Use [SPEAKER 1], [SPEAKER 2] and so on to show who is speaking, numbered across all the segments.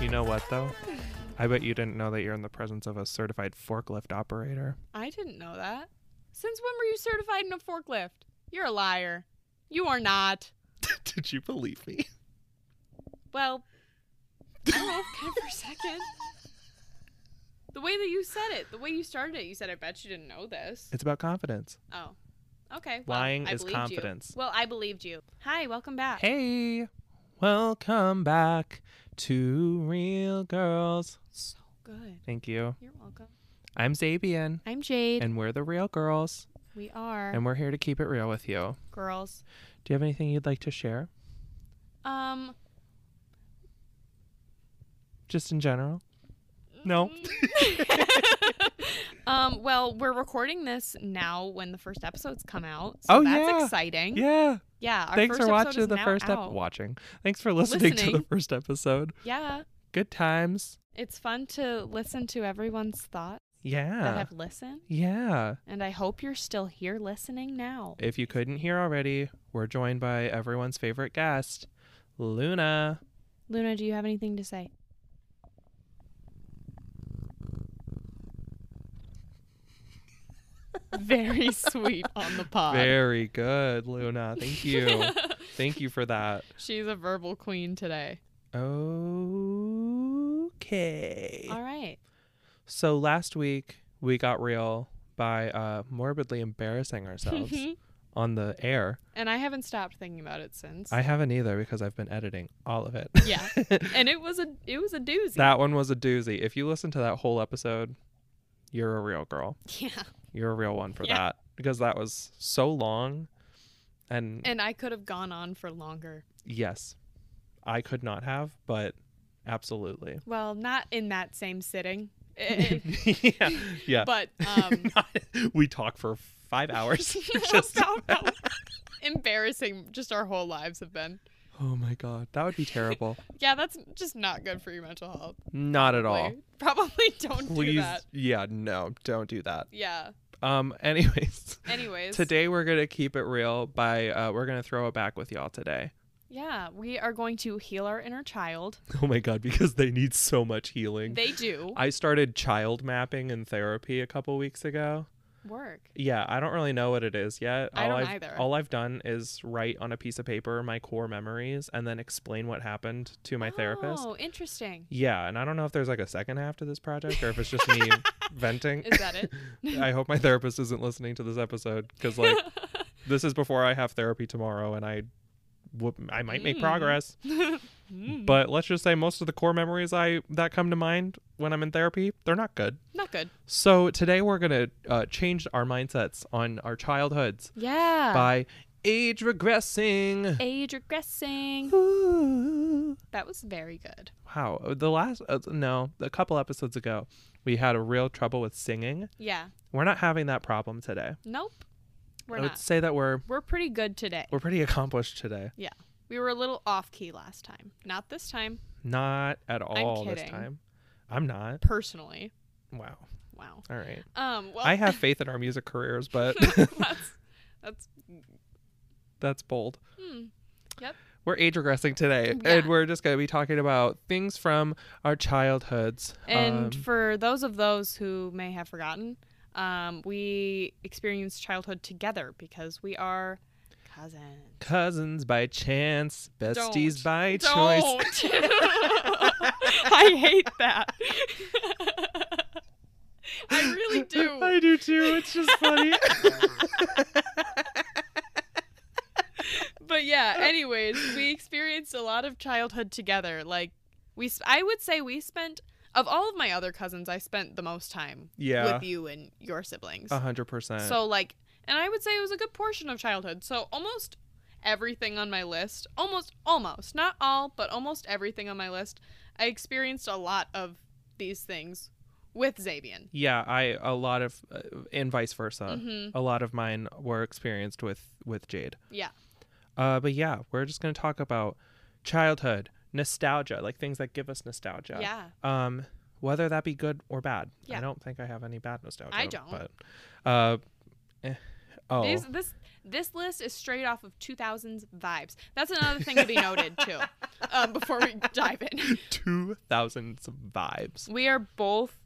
[SPEAKER 1] You know what though? I bet you didn't know that you're in the presence of a certified forklift operator.
[SPEAKER 2] I didn't know that. Since when were you certified in a forklift? You're a liar. You are not.
[SPEAKER 1] Did you believe me?
[SPEAKER 2] Well, I hope Ken for a second. The way that you said it, the way you started it, you said, "I bet you didn't know this."
[SPEAKER 1] It's about confidence.
[SPEAKER 2] Oh, okay. Well,
[SPEAKER 1] Lying
[SPEAKER 2] I
[SPEAKER 1] is
[SPEAKER 2] believed you.
[SPEAKER 1] confidence.
[SPEAKER 2] Well, I believed you. Hi, welcome back.
[SPEAKER 1] Hey, welcome back to Real Girls.
[SPEAKER 2] So good.
[SPEAKER 1] Thank you.
[SPEAKER 2] You're welcome.
[SPEAKER 1] I'm Zabian,
[SPEAKER 2] I'm Jade.
[SPEAKER 1] and we're the Real Girls,
[SPEAKER 2] we are
[SPEAKER 1] and we're here to keep it real with you.
[SPEAKER 2] girls.
[SPEAKER 1] Do you have anything you'd like to share,
[SPEAKER 2] Um.
[SPEAKER 1] just in general?
[SPEAKER 2] Mm-hmm.
[SPEAKER 1] No.
[SPEAKER 2] um. Well, we're recording this now when the first episodes come out.
[SPEAKER 1] Oh,
[SPEAKER 2] So that's
[SPEAKER 1] yeah.
[SPEAKER 2] exciting.
[SPEAKER 1] Yeah.
[SPEAKER 2] Yeah, our
[SPEAKER 1] Thanks
[SPEAKER 2] first
[SPEAKER 1] for
[SPEAKER 2] episode
[SPEAKER 1] watching
[SPEAKER 2] is
[SPEAKER 1] the
[SPEAKER 2] now
[SPEAKER 1] first
[SPEAKER 2] out.
[SPEAKER 1] episode. Watching. Thanks for listening, to the
[SPEAKER 2] Listening.
[SPEAKER 1] first episode.
[SPEAKER 2] Yeah,
[SPEAKER 1] Good times.
[SPEAKER 2] it's fun to listen to everyone's thoughts that
[SPEAKER 1] Yeah.
[SPEAKER 2] have listened,
[SPEAKER 1] yeah.
[SPEAKER 2] and I hope you're still here listening now.
[SPEAKER 1] If you couldn't hear already, we're joined by everyone's favorite guest, Luna.
[SPEAKER 2] Luna, do you have anything to say? Very sweet on the pod.
[SPEAKER 1] Very good, Luna. Thank you. Thank you for that.
[SPEAKER 2] She's a verbal queen today.
[SPEAKER 1] Okay.
[SPEAKER 2] All right.
[SPEAKER 1] So last week we got real by uh, morbidly embarrassing ourselves on the air.
[SPEAKER 2] Mm-hmm. and I haven't stopped thinking about it since.
[SPEAKER 1] I haven't either because I've been editing all of it.
[SPEAKER 2] yeah. And it was a it was a doozy.
[SPEAKER 1] that one was a doozy. If you listen to that whole episode, you're a real girl.
[SPEAKER 2] yeah.
[SPEAKER 1] You're a real one for
[SPEAKER 2] Yeah.
[SPEAKER 1] that because that was so long. And
[SPEAKER 2] And I could have gone on for longer.
[SPEAKER 1] yes, I could not have, but absolutely.
[SPEAKER 2] Well, not in that same sitting. Eh, eh,
[SPEAKER 1] yeah. Yeah.
[SPEAKER 2] but um
[SPEAKER 1] we talk for five hours.
[SPEAKER 2] just how, how embarrassing just our whole lives have been.
[SPEAKER 1] Oh my God. That would be terrible.
[SPEAKER 2] Yeah, that's just not good for your mental health.
[SPEAKER 1] not at all.
[SPEAKER 2] Like, Probably don't do
[SPEAKER 1] Please.
[SPEAKER 2] that.
[SPEAKER 1] Yeah. No, don't do that.
[SPEAKER 2] Yeah.
[SPEAKER 1] Um, anyways,
[SPEAKER 2] Anyways.
[SPEAKER 1] today we're going to keep it real by, uh, we're going to throw it back with y'all today.
[SPEAKER 2] Yeah, we are going to heal our inner child.
[SPEAKER 1] Oh my God. Because they need so much healing.
[SPEAKER 2] They do
[SPEAKER 1] I started child mapping in therapy a couple weeks ago.
[SPEAKER 2] work.
[SPEAKER 1] Yeah, I don't really know what it is yet.
[SPEAKER 2] I don't
[SPEAKER 1] have
[SPEAKER 2] either.
[SPEAKER 1] All I've done is write on a piece of paper my core memories and then explain what happened to my therapist.
[SPEAKER 2] Oh, interesting.
[SPEAKER 1] Yeah, and I don't know if there's like a second half to this project or if it's just me venting.
[SPEAKER 2] Is that it?
[SPEAKER 1] I hope my therapist isn't listening to this episode because like this is before I have therapy tomorrow and I, w- I might make
[SPEAKER 2] Mm.
[SPEAKER 1] progress.
[SPEAKER 2] Mm,
[SPEAKER 1] But let's just say most of the core memories I that come to mind when I'm in therapy, they're not good.
[SPEAKER 2] not good.
[SPEAKER 1] So today we're gonna uh, change our mindsets on our childhoods
[SPEAKER 2] Yeah.
[SPEAKER 1] by age regressing.
[SPEAKER 2] Age regressing.
[SPEAKER 1] Ooh.
[SPEAKER 2] That was very good.
[SPEAKER 1] Wow, the last uh, no, a couple episodes ago, we had a real trouble with singing.
[SPEAKER 2] Yeah.
[SPEAKER 1] We're not having that problem today.
[SPEAKER 2] Nope. We're
[SPEAKER 1] I would
[SPEAKER 2] not.
[SPEAKER 1] say that we're
[SPEAKER 2] We're pretty good today.
[SPEAKER 1] we're pretty accomplished today.
[SPEAKER 2] We were a little off key last time. Not this time,
[SPEAKER 1] Not at all this
[SPEAKER 2] kidding.
[SPEAKER 1] time. I'm not.
[SPEAKER 2] personally.
[SPEAKER 1] Wow.
[SPEAKER 2] Wow.
[SPEAKER 1] All right.
[SPEAKER 2] Um. Well,
[SPEAKER 1] I have faith in our music careers, but
[SPEAKER 2] that's that's.
[SPEAKER 1] that's bold.
[SPEAKER 2] Hmm.
[SPEAKER 1] We're age regressing today, and
[SPEAKER 2] Yeah.
[SPEAKER 1] we're just gonna be talking about things from our childhoods.
[SPEAKER 2] And
[SPEAKER 1] Um,
[SPEAKER 2] for those of those who may have forgotten, um, we experienced childhood together because we are cousins.
[SPEAKER 1] cousins by chance, besties
[SPEAKER 2] Don't.
[SPEAKER 1] by choice.
[SPEAKER 2] Don't. I hate that. I really do.
[SPEAKER 1] I do too. It's just funny.
[SPEAKER 2] but yeah anyways we experienced a lot of childhood together like we sp- i would say we spent of all of my other cousins i spent the most time
[SPEAKER 1] yeah, Uh-huh.
[SPEAKER 2] with you and your siblings
[SPEAKER 1] a hundred percent.
[SPEAKER 2] so like and i would say it was a good portion of childhood so almost everything on my list almost almost not all but almost everything on my list i experienced a lot of these things with Zabian.
[SPEAKER 1] yeah, I a lot of uh, and vice versa.
[SPEAKER 2] hmm
[SPEAKER 1] A lot of mine were experienced with with Jade.
[SPEAKER 2] Yeah.
[SPEAKER 1] Uh, but yeah, we're just gonna talk about childhood nostalgia, like things that give us nostalgia.
[SPEAKER 2] yeah.
[SPEAKER 1] Um, whether that be good or bad. I
[SPEAKER 2] Yeah.
[SPEAKER 1] don't think I have any bad nostalgia.
[SPEAKER 2] I don't.
[SPEAKER 1] But, uh, eh, oh,
[SPEAKER 2] These, this this list is straight off of 2000s vibes. That's another thing to be noted too. um, before we dive in.
[SPEAKER 1] 2000 vibes.
[SPEAKER 2] We are both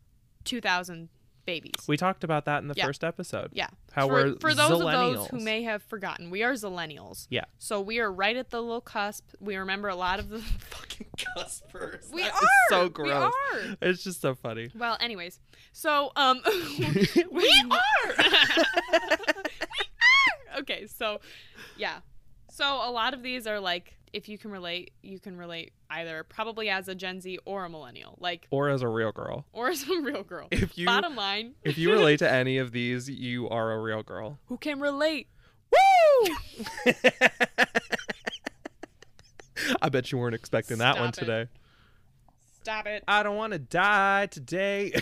[SPEAKER 2] 2000 babies.
[SPEAKER 1] We talked about that in the
[SPEAKER 2] Yeah.
[SPEAKER 1] first episode.
[SPEAKER 2] Yeah.
[SPEAKER 1] How
[SPEAKER 2] for,
[SPEAKER 1] we're
[SPEAKER 2] for those of those who
[SPEAKER 1] zillennials.
[SPEAKER 2] may have forgotten, we are Zillennials.
[SPEAKER 1] Yeah.
[SPEAKER 2] So we are right at the little cusp. We remember a lot of the.
[SPEAKER 1] Fucking cuspers.
[SPEAKER 2] We
[SPEAKER 1] That
[SPEAKER 2] are
[SPEAKER 1] is so gross.
[SPEAKER 2] We are.
[SPEAKER 1] It's just so funny.
[SPEAKER 2] Well, anyways, so um, we are. we are. Okay, so yeah, so a lot of these are like, if you can relate, you can relate either probably as a Gen Z or a millennial, like
[SPEAKER 1] Or as a real girl.
[SPEAKER 2] or as a real girl.
[SPEAKER 1] If you
[SPEAKER 2] Bottom line,
[SPEAKER 1] if you relate to any of these, you are a real girl.
[SPEAKER 2] who can relate?
[SPEAKER 1] Woo! I bet you weren't expecting that one
[SPEAKER 2] Stop it.
[SPEAKER 1] today.
[SPEAKER 2] Stop it.
[SPEAKER 1] I don't want to die today.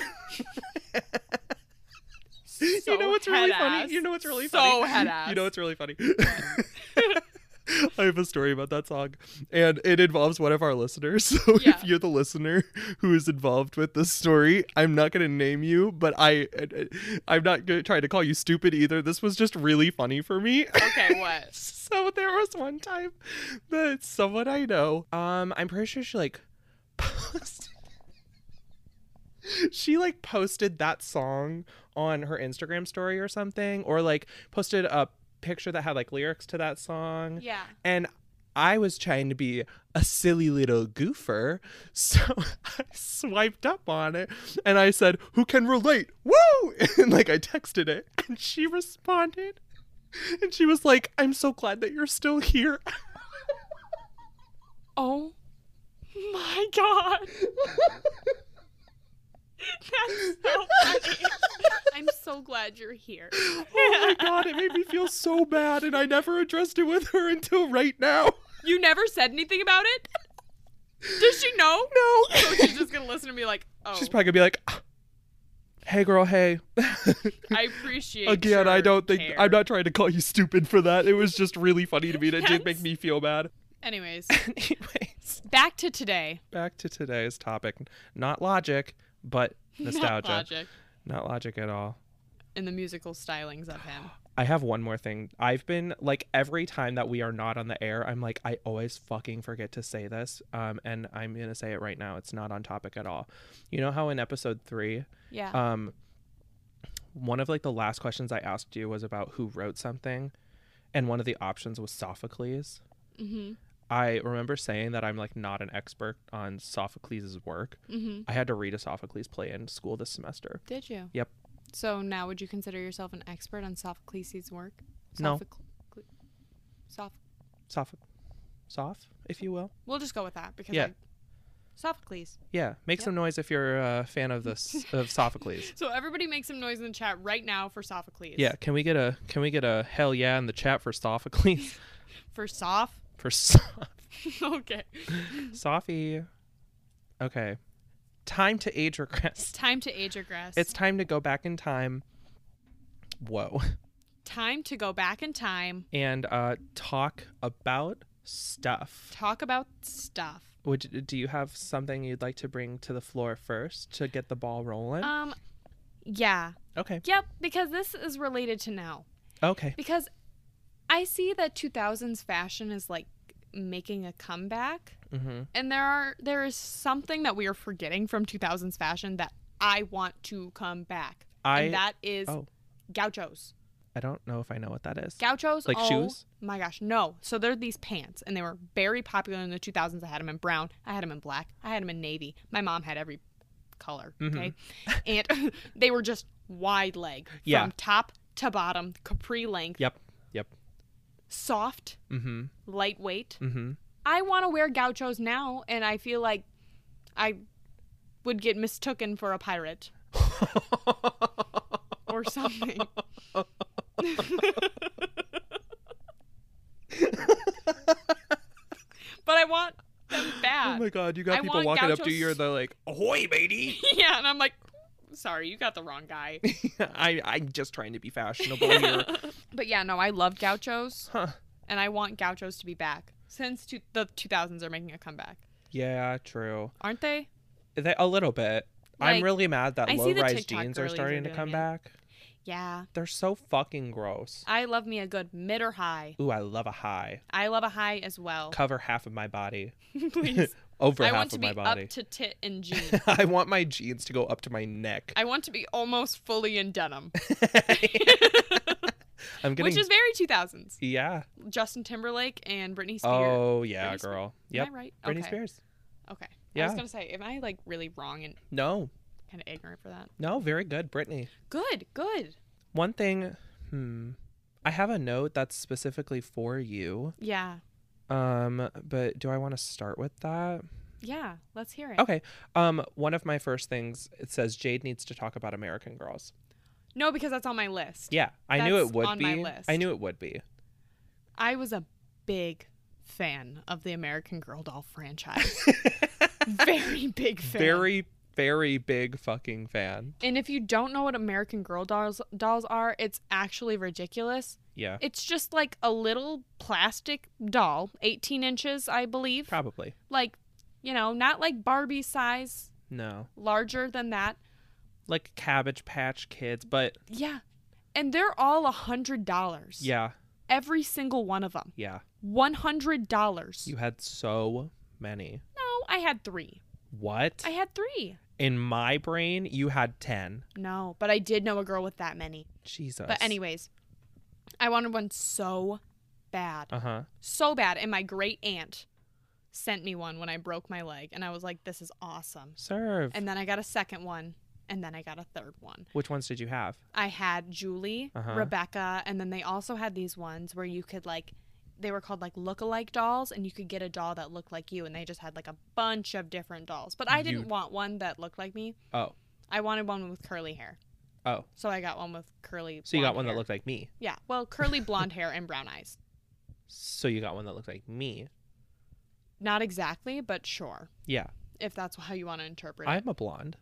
[SPEAKER 2] So
[SPEAKER 1] you know what's really
[SPEAKER 2] headass.
[SPEAKER 1] funny? You know what's really
[SPEAKER 2] so
[SPEAKER 1] funny?
[SPEAKER 2] head ass.
[SPEAKER 1] You know what's really funny? I have a story about that song, and it involves one of our listeners. So
[SPEAKER 2] Yeah.
[SPEAKER 1] if you're the listener who is involved with this story, I'm not going to name you, but I, uh, I'm not going to try to call you stupid either. This was just really funny for me.
[SPEAKER 2] okay, what?
[SPEAKER 1] So there was one time that someone I know, um, I'm pretty sure she like posted she like posted that song on her Instagram story or something, or like posted a picture that had like lyrics to that song.
[SPEAKER 2] Yeah.
[SPEAKER 1] And I was trying to be a silly little goofer, so I swiped up on it and I said, Who can relate? Woo! And like I texted it, and she responded. And she was like, I'm so glad that you're still here.
[SPEAKER 2] Oh my god. That's so funny. I'm so glad you're here.
[SPEAKER 1] Oh my god, it made me feel so bad, and I never addressed it with her until right now.
[SPEAKER 2] You never said anything about it? Does she know?
[SPEAKER 1] No.
[SPEAKER 2] So she's just gonna listen to me like, oh,
[SPEAKER 1] She's probably gonna be like, "Ah, Hey girl, hey.
[SPEAKER 2] I appreciate.
[SPEAKER 1] Again, I
[SPEAKER 2] your
[SPEAKER 1] don't think
[SPEAKER 2] care.
[SPEAKER 1] I'm not trying to call you stupid for that. It was just really funny to me. and It did make
[SPEAKER 2] Yes.
[SPEAKER 1] me feel bad.
[SPEAKER 2] Anyways,
[SPEAKER 1] Anyways,
[SPEAKER 2] back to today.
[SPEAKER 1] back to today's topic. Not logic, but nostalgia.
[SPEAKER 2] Not logic
[SPEAKER 1] Not logic at all.
[SPEAKER 2] and the musical stylings of him.
[SPEAKER 1] I have one more thing. I've been like every time that we are not on the air, I'm like I always fucking forget to say this. Um and I'm going to say it right now. It's not on topic at all. You know how in episode 3
[SPEAKER 2] Yeah.
[SPEAKER 1] um one of like the last questions i asked you was about who wrote something and one of the options was sophocles
[SPEAKER 2] mhm.
[SPEAKER 1] i remember saying that i'm like not an expert on sophocles' work
[SPEAKER 2] Mhm.
[SPEAKER 1] i had to read a sophocles play in school this semester
[SPEAKER 2] Did you?
[SPEAKER 1] Yep.
[SPEAKER 2] So now, would you consider yourself an expert on Sophocles' work?
[SPEAKER 1] No.
[SPEAKER 2] Sophocle- Soph.
[SPEAKER 1] soph soph if you will
[SPEAKER 2] We'll just go with that because
[SPEAKER 1] Yeah.
[SPEAKER 2] I- Sophocles.
[SPEAKER 1] yeah make
[SPEAKER 2] Yep.
[SPEAKER 1] some noise if you're a fan of this of sophocles
[SPEAKER 2] So everybody make some noise in the chat right now for Sophocles.
[SPEAKER 1] yeah can we get a can we get a hell yeah in the chat for sophocles
[SPEAKER 2] For Soph.
[SPEAKER 1] for soph
[SPEAKER 2] okay.
[SPEAKER 1] sophie okay time to age regress
[SPEAKER 2] It's time to age regress.
[SPEAKER 1] It's time to go back in time. Whoa.
[SPEAKER 2] time to go back in time,
[SPEAKER 1] And uh talk about stuff.
[SPEAKER 2] talk about stuff.
[SPEAKER 1] Would do you have something you'd like to bring to the floor first to get the ball rolling?
[SPEAKER 2] Um, yeah.
[SPEAKER 1] okay.
[SPEAKER 2] Yep, because this is related to now.
[SPEAKER 1] Okay.
[SPEAKER 2] Because I see that 2000s fashion is like making a comeback,
[SPEAKER 1] Mm-hmm.
[SPEAKER 2] and there are there is something that we are forgetting from 2000s fashion that I want to come back.
[SPEAKER 1] I
[SPEAKER 2] and that is
[SPEAKER 1] oh.
[SPEAKER 2] gauchos.
[SPEAKER 1] I don't know if I know what that is.
[SPEAKER 2] Gauchos
[SPEAKER 1] Like
[SPEAKER 2] oh,
[SPEAKER 1] shoes?
[SPEAKER 2] My gosh, no. So they're these pants, and they were very popular in the 2000s. I had them in brown, I had them in black, I had them in navy. My mom had every color.
[SPEAKER 1] Mm-hmm.
[SPEAKER 2] Okay, and they were just wide leg
[SPEAKER 1] Yeah.
[SPEAKER 2] from top to bottom, capri length,
[SPEAKER 1] Yep. Yep.
[SPEAKER 2] soft,
[SPEAKER 1] Mm-hmm.
[SPEAKER 2] lightweight.
[SPEAKER 1] Mm-hmm.
[SPEAKER 2] I want to wear gauchos now, and I feel like I would get mistooken for a pirate or something. but I want them
[SPEAKER 1] oh
[SPEAKER 2] bad.
[SPEAKER 1] my god, you got
[SPEAKER 2] I
[SPEAKER 1] people
[SPEAKER 2] want
[SPEAKER 1] walking up to
[SPEAKER 2] gauchos.
[SPEAKER 1] you and they're like, Ahoy, matey!
[SPEAKER 2] yeah, and I'm like, sorry, you got the wrong guy.
[SPEAKER 1] I I'm just trying to be fashionable here.
[SPEAKER 2] but yeah, no, I love gauchos,
[SPEAKER 1] Huh.
[SPEAKER 2] and I want gauchos to be back since two the 2000s are making a comeback,
[SPEAKER 1] Yeah, true.
[SPEAKER 2] aren't they?
[SPEAKER 1] They, a little bit. I'm
[SPEAKER 2] Like,
[SPEAKER 1] really mad that
[SPEAKER 2] I see the
[SPEAKER 1] low rise
[SPEAKER 2] TikTok
[SPEAKER 1] jeans are
[SPEAKER 2] girlies are
[SPEAKER 1] starting to
[SPEAKER 2] doing
[SPEAKER 1] come
[SPEAKER 2] it.
[SPEAKER 1] back.
[SPEAKER 2] Yeah.
[SPEAKER 1] They're so fucking gross.
[SPEAKER 2] I love me a good mid or high.
[SPEAKER 1] Ooh, I love a high.
[SPEAKER 2] I love a high as well.
[SPEAKER 1] Cover half of my body.
[SPEAKER 2] Please.
[SPEAKER 1] Over
[SPEAKER 2] Oh. I
[SPEAKER 1] half
[SPEAKER 2] want
[SPEAKER 1] of
[SPEAKER 2] to be
[SPEAKER 1] my body.
[SPEAKER 2] up to tit and jean.
[SPEAKER 1] I want my jeans to go up to my neck.
[SPEAKER 2] I want to be almost fully in denim,
[SPEAKER 1] I'm getting
[SPEAKER 2] which is very 2000s.
[SPEAKER 1] yeah.
[SPEAKER 2] Justin Timberlake and Britney Spears.
[SPEAKER 1] Oh yeah,
[SPEAKER 2] Britney Spears.
[SPEAKER 1] girl.
[SPEAKER 2] Am
[SPEAKER 1] Yep.
[SPEAKER 2] I right?
[SPEAKER 1] Britney
[SPEAKER 2] okay.
[SPEAKER 1] Spears.
[SPEAKER 2] Okay. I
[SPEAKER 1] Yeah.
[SPEAKER 2] was gonna say, am I like really wrong and
[SPEAKER 1] No,
[SPEAKER 2] kind of ignorant for that?
[SPEAKER 1] no, very good, Britney.
[SPEAKER 2] Good. Good.
[SPEAKER 1] One thing, hmm, I have a note that's specifically for you.
[SPEAKER 2] Yeah.
[SPEAKER 1] Um, but do I want to start with that?
[SPEAKER 2] Yeah. Let's hear it.
[SPEAKER 1] Okay. Um, one of my first things it says Jade needs to talk about American Girls.
[SPEAKER 2] No, because that's on my list.
[SPEAKER 1] Yeah, I knew
[SPEAKER 2] That's
[SPEAKER 1] it would
[SPEAKER 2] on
[SPEAKER 1] be.
[SPEAKER 2] my list.
[SPEAKER 1] I knew it would be.
[SPEAKER 2] I was a big fan of the American Girl doll franchise. very big fan.
[SPEAKER 1] Very, very big fucking fan.
[SPEAKER 2] And if you don't know what American Girl dolls dolls are, it's actually ridiculous.
[SPEAKER 1] Yeah,
[SPEAKER 2] It's just like a little plastic doll, 18 inches, I believe.
[SPEAKER 1] probably.
[SPEAKER 2] Like, you know, not like Barbie size,
[SPEAKER 1] No,
[SPEAKER 2] larger than that.
[SPEAKER 1] like Cabbage Patch Kids, but
[SPEAKER 2] Yeah. And they're all a $100.
[SPEAKER 1] yeah,
[SPEAKER 2] Every single one of them.
[SPEAKER 1] yeah.
[SPEAKER 2] $100.
[SPEAKER 1] You had so many.
[SPEAKER 2] No, I had three.
[SPEAKER 1] What?
[SPEAKER 2] I had three.
[SPEAKER 1] In my brain, you had ten.
[SPEAKER 2] No, but I did know a girl with that many.
[SPEAKER 1] Jesus.
[SPEAKER 2] But anyways, I wanted one so bad,
[SPEAKER 1] Uh huh.
[SPEAKER 2] so bad, and my great aunt sent me one when I broke my leg, and I was like, "This is awesome."
[SPEAKER 1] Serve.
[SPEAKER 2] And then I got a second one, and then I got a third one.
[SPEAKER 1] Which ones did you have?
[SPEAKER 2] I had Julie,
[SPEAKER 1] Uh-huh.
[SPEAKER 2] Rebecca, and then they also had these ones where you could like. They were called like look-alike dolls, and you could get a doll that looked like you, and they just had like a bunch of different dolls. But I
[SPEAKER 1] You-
[SPEAKER 2] didn't want one that looked like me.
[SPEAKER 1] Oh,
[SPEAKER 2] I wanted one with curly hair,
[SPEAKER 1] oh.
[SPEAKER 2] so I got one with curly.
[SPEAKER 1] So you got one
[SPEAKER 2] blonde hair.
[SPEAKER 1] that looked like me.
[SPEAKER 2] Yeah, well, curly blonde hair and brown eyes.
[SPEAKER 1] So you got one that looked like me.
[SPEAKER 2] Not exactly, but sure.
[SPEAKER 1] Yeah.
[SPEAKER 2] If that's how you want to interpret it.
[SPEAKER 1] I'm a blonde.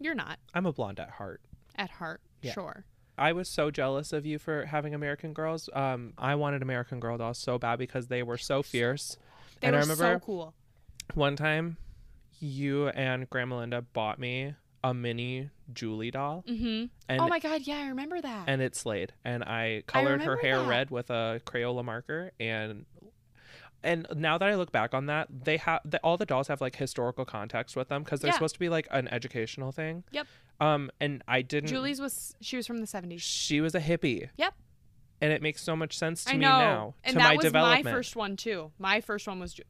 [SPEAKER 2] You're not
[SPEAKER 1] I'm a blonde at heart.
[SPEAKER 2] at heart.
[SPEAKER 1] Yeah.
[SPEAKER 2] Sure.
[SPEAKER 1] I was so jealous of you for having American Girls. Um, I wanted American Girl dolls so bad because they were so fierce.
[SPEAKER 2] They
[SPEAKER 1] and
[SPEAKER 2] were
[SPEAKER 1] I remember
[SPEAKER 2] so cool.
[SPEAKER 1] one time, you and Grandma Linda bought me a mini Julie doll,
[SPEAKER 2] hmm
[SPEAKER 1] and
[SPEAKER 2] oh my god, yeah, I remember that.
[SPEAKER 1] and it slayed. And I colored her
[SPEAKER 2] remember
[SPEAKER 1] hair
[SPEAKER 2] that.
[SPEAKER 1] red with a Crayola marker, and and now that I look back on that, they have the, all the dolls have like historical context with them because they're
[SPEAKER 2] Yeah.
[SPEAKER 1] supposed to be like an educational thing.
[SPEAKER 2] Yep.
[SPEAKER 1] Um, and I didn't.
[SPEAKER 2] Julie's was she was from the 70s.
[SPEAKER 1] She was a hippie.
[SPEAKER 2] Yep.
[SPEAKER 1] And it makes so much sense to
[SPEAKER 2] I
[SPEAKER 1] me
[SPEAKER 2] know.
[SPEAKER 1] now.
[SPEAKER 2] and
[SPEAKER 1] to
[SPEAKER 2] that
[SPEAKER 1] my
[SPEAKER 2] was
[SPEAKER 1] development.
[SPEAKER 2] my first one too. My first one was Ju-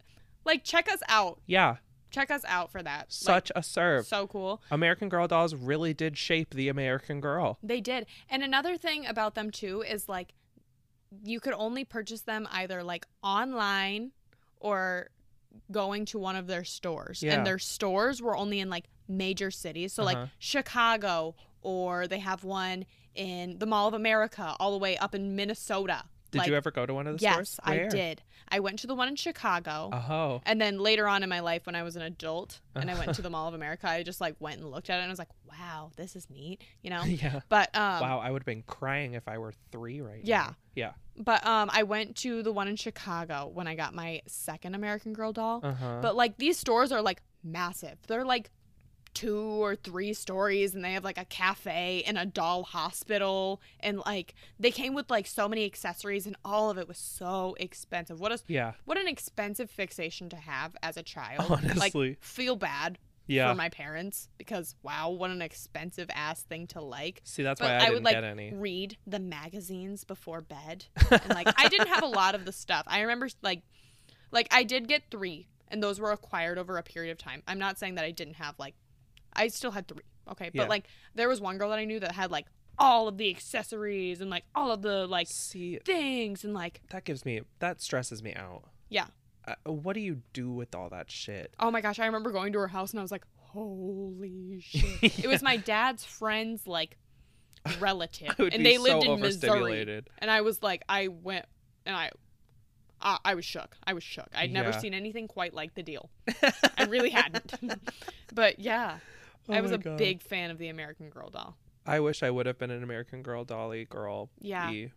[SPEAKER 2] like check us out.
[SPEAKER 1] Yeah.
[SPEAKER 2] Check us out for that. Like,
[SPEAKER 1] Such a serve.
[SPEAKER 2] so cool.
[SPEAKER 1] American Girl dolls really did shape the American girl.
[SPEAKER 2] They did. And another thing about them too is like you could only purchase them either like online or going to one of their stores.
[SPEAKER 1] Yeah.
[SPEAKER 2] And their stores were only in like major cities. So like
[SPEAKER 1] Uh-huh.
[SPEAKER 2] Chicago or they have one in the Mall of America all the way up in Minnesota.
[SPEAKER 1] Did
[SPEAKER 2] like,
[SPEAKER 1] you ever go to one of the
[SPEAKER 2] Yes,
[SPEAKER 1] stores? Where?
[SPEAKER 2] I did. I went to the one in Chicago.
[SPEAKER 1] Oh.
[SPEAKER 2] And then later on in my life, when I was an adult and I went to the Mall of America, I just like went and looked at it and I was like, wow, this is neat, you know?
[SPEAKER 1] Yeah.
[SPEAKER 2] But um,
[SPEAKER 1] wow, I would have been crying if I were three right
[SPEAKER 2] Yeah.
[SPEAKER 1] now. Yeah.
[SPEAKER 2] But um, I went to the one in Chicago when I got my second American Girl doll.
[SPEAKER 1] Uh huh.
[SPEAKER 2] But like these stores are like massive. They're like two or three stories, and they have like a cafe and a doll hospital, and like they came with like so many accessories, and all of it was so expensive. What a
[SPEAKER 1] yeah.
[SPEAKER 2] what an expensive fixation to have as a child.
[SPEAKER 1] Honestly.
[SPEAKER 2] like feel bad
[SPEAKER 1] Yeah.
[SPEAKER 2] for my parents because wow, what an expensive ass thing to like
[SPEAKER 1] See, that's
[SPEAKER 2] but
[SPEAKER 1] why I,
[SPEAKER 2] I
[SPEAKER 1] didn't
[SPEAKER 2] would, like,
[SPEAKER 1] get any.
[SPEAKER 2] read the magazines before bed and like i didn't have a lot of the stuff i remember like like i did get three and those were acquired over a period of time i'm not saying that i didn't have like i still had three okay but
[SPEAKER 1] Yeah.
[SPEAKER 2] like there was one girl that i knew that had like all of the accessories and like all of the like
[SPEAKER 1] See,
[SPEAKER 2] things and like
[SPEAKER 1] that gives me, that stresses me out.
[SPEAKER 2] Yeah.
[SPEAKER 1] Uh, what do you do with all that shit?
[SPEAKER 2] oh my gosh i remember going to her house and i was like holy shit it was my dad's friend's like relative
[SPEAKER 1] I would
[SPEAKER 2] and
[SPEAKER 1] be
[SPEAKER 2] they lived
[SPEAKER 1] so
[SPEAKER 2] in missouri
[SPEAKER 1] overstimulated.
[SPEAKER 2] and I was like, I went and I, I, I was shook. I was shook. I'd never
[SPEAKER 1] Yeah.
[SPEAKER 2] seen anything quite like the deal. I really hadn't. but yeah, I
[SPEAKER 1] Oh
[SPEAKER 2] was
[SPEAKER 1] my
[SPEAKER 2] a
[SPEAKER 1] God.
[SPEAKER 2] big fan of the American Girl doll.
[SPEAKER 1] I wish I would have been an American Girl dolly girl.
[SPEAKER 2] Yeah,
[SPEAKER 1] E.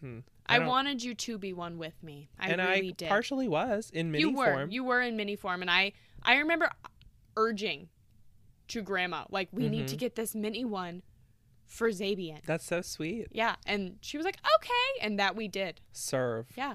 [SPEAKER 1] Hmm.
[SPEAKER 2] I,
[SPEAKER 1] don't-
[SPEAKER 2] wanted you to be one with me. I
[SPEAKER 1] and
[SPEAKER 2] really
[SPEAKER 1] I
[SPEAKER 2] did.
[SPEAKER 1] partially was in mini
[SPEAKER 2] you were,
[SPEAKER 1] form.
[SPEAKER 2] you were in mini form, and I, I
[SPEAKER 1] Mm-hmm.
[SPEAKER 2] remember urging to Grandma like, we need to get this mini one. for Zabian.
[SPEAKER 1] That's so sweet.
[SPEAKER 2] Yeah. And she was like, okay. And that we did.
[SPEAKER 1] Serve.
[SPEAKER 2] Yeah.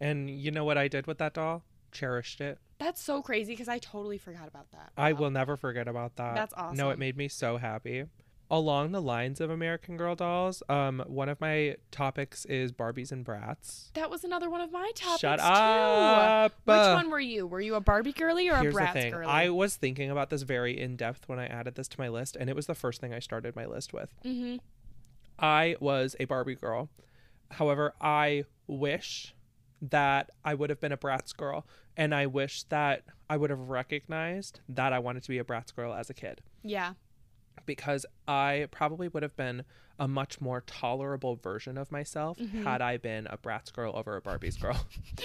[SPEAKER 1] And you know what I did with that doll? Cherished it.
[SPEAKER 2] That's so crazy because I totally forgot about that.
[SPEAKER 1] I
[SPEAKER 2] Wow.
[SPEAKER 1] will never forget about that.
[SPEAKER 2] That's
[SPEAKER 1] No, it
[SPEAKER 2] awesome.
[SPEAKER 1] made me so happy. Along the lines of American Girl dolls, um, one of my topics is Barbies and Brats.
[SPEAKER 2] That was another one of my topics.
[SPEAKER 1] Shut
[SPEAKER 2] too.
[SPEAKER 1] up.
[SPEAKER 2] Which one were you? Were you a Barbie girly or
[SPEAKER 1] Here's
[SPEAKER 2] a Bratz
[SPEAKER 1] the thing.
[SPEAKER 2] girly?
[SPEAKER 1] I was thinking about this very in depth when I added this to my list, and it was the first thing I started my list with.
[SPEAKER 2] Mhm.
[SPEAKER 1] I was a Barbie girl. However, I wish that I would have been a Bratz girl, and I wish that I would have recognized that I wanted to be a Bratz girl as a kid
[SPEAKER 2] Yeah.
[SPEAKER 1] because I probably would have been a much more tolerable version of myself
[SPEAKER 2] Mm-hmm.
[SPEAKER 1] had I been a Bratz girl over a Barbie's girl.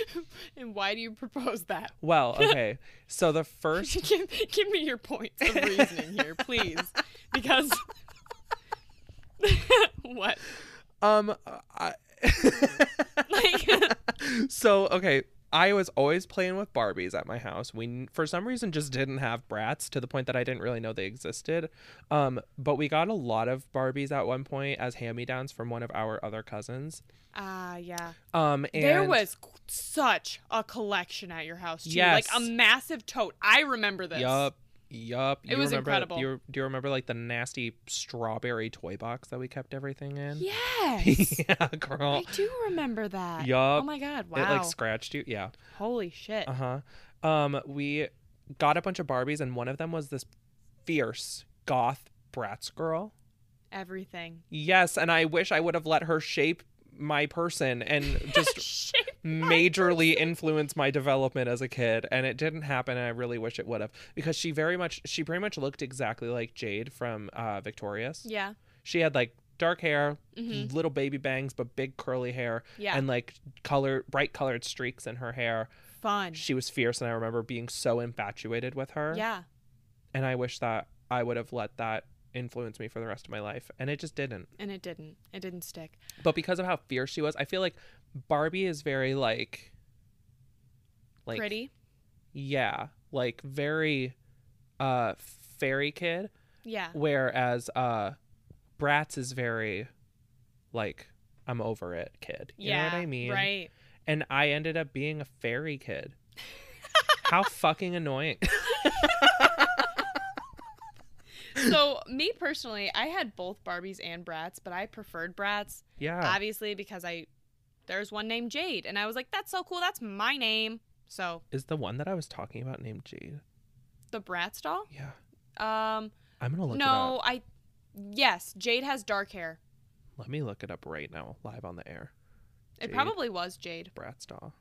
[SPEAKER 2] And why do you propose that?
[SPEAKER 1] well, okay. So the first
[SPEAKER 2] give, give me your points of reasoning here, please. Because. what?
[SPEAKER 1] um I
[SPEAKER 2] Like,
[SPEAKER 1] so okay i was always playing with barbies at my house we n- for some reason just didn't have brats to the point that i didn't really know they existed um, but we got a lot of barbies at one point as hand-me-downs from one of our other cousins
[SPEAKER 2] ah, yeah.
[SPEAKER 1] um, and
[SPEAKER 2] there was qu- such a collection at your house, too.
[SPEAKER 1] Yes.
[SPEAKER 2] Like a massive tote. I remember this.
[SPEAKER 1] yup yup
[SPEAKER 2] It was
[SPEAKER 1] remember,
[SPEAKER 2] incredible.
[SPEAKER 1] you, do you remember like the nasty strawberry toy box that we kept everything in
[SPEAKER 2] Yes.
[SPEAKER 1] yeah girl
[SPEAKER 2] I do remember that.
[SPEAKER 1] Yup.
[SPEAKER 2] Oh my god!
[SPEAKER 1] it
[SPEAKER 2] Wow.
[SPEAKER 1] like scratched you yeah
[SPEAKER 2] Holy shit.
[SPEAKER 1] Uh-huh. Um, we got a bunch of Barbies and one of them was this fierce goth Bratz girl.
[SPEAKER 2] Everything.
[SPEAKER 1] Yes, and I wish I would have let her shape my person and just
[SPEAKER 2] Shit.
[SPEAKER 1] majorly influence my development as a kid and it didn't happen and I really wish it would have because she very much she pretty much looked exactly like Jade from uh Victorious.
[SPEAKER 2] Yeah.
[SPEAKER 1] She had like dark hair,
[SPEAKER 2] Mhm.
[SPEAKER 1] little baby bangs but big curly hair
[SPEAKER 2] Yeah.
[SPEAKER 1] Mm. and like color bright colored streaks in her hair
[SPEAKER 2] Fun.
[SPEAKER 1] she was fierce and i remember being so infatuated with her
[SPEAKER 2] Yeah.
[SPEAKER 1] and i wish that i would have let that influence me for the rest of my life and it just didn't
[SPEAKER 2] And it didn't. It didn't stick.
[SPEAKER 1] but because of how fierce she was i feel like barbie is very like like
[SPEAKER 2] Pretty.
[SPEAKER 1] yeah like very uh fairy kid
[SPEAKER 2] Yeah.
[SPEAKER 1] whereas uh bratz is very like i'm over it kid you
[SPEAKER 2] yeah.
[SPEAKER 1] know what i mean
[SPEAKER 2] Right.
[SPEAKER 1] and I ended up being a fairy kid. How fucking annoying.
[SPEAKER 2] So me personally, I had both Barbies and Bratz, but I preferred Bratz,
[SPEAKER 1] yeah.
[SPEAKER 2] obviously because I there's one named Jade, and I was like, that's so cool. That's my name. So
[SPEAKER 1] Is the one that I was talking about named Jade?
[SPEAKER 2] the Bratz doll.
[SPEAKER 1] Yeah.
[SPEAKER 2] Um.
[SPEAKER 1] I'm going to look it
[SPEAKER 2] no,
[SPEAKER 1] up.
[SPEAKER 2] I. Yes, Jade has dark hair.
[SPEAKER 1] Let me look it up right now, live on the air. Jade.
[SPEAKER 2] It probably was Jade.
[SPEAKER 1] Bratz doll.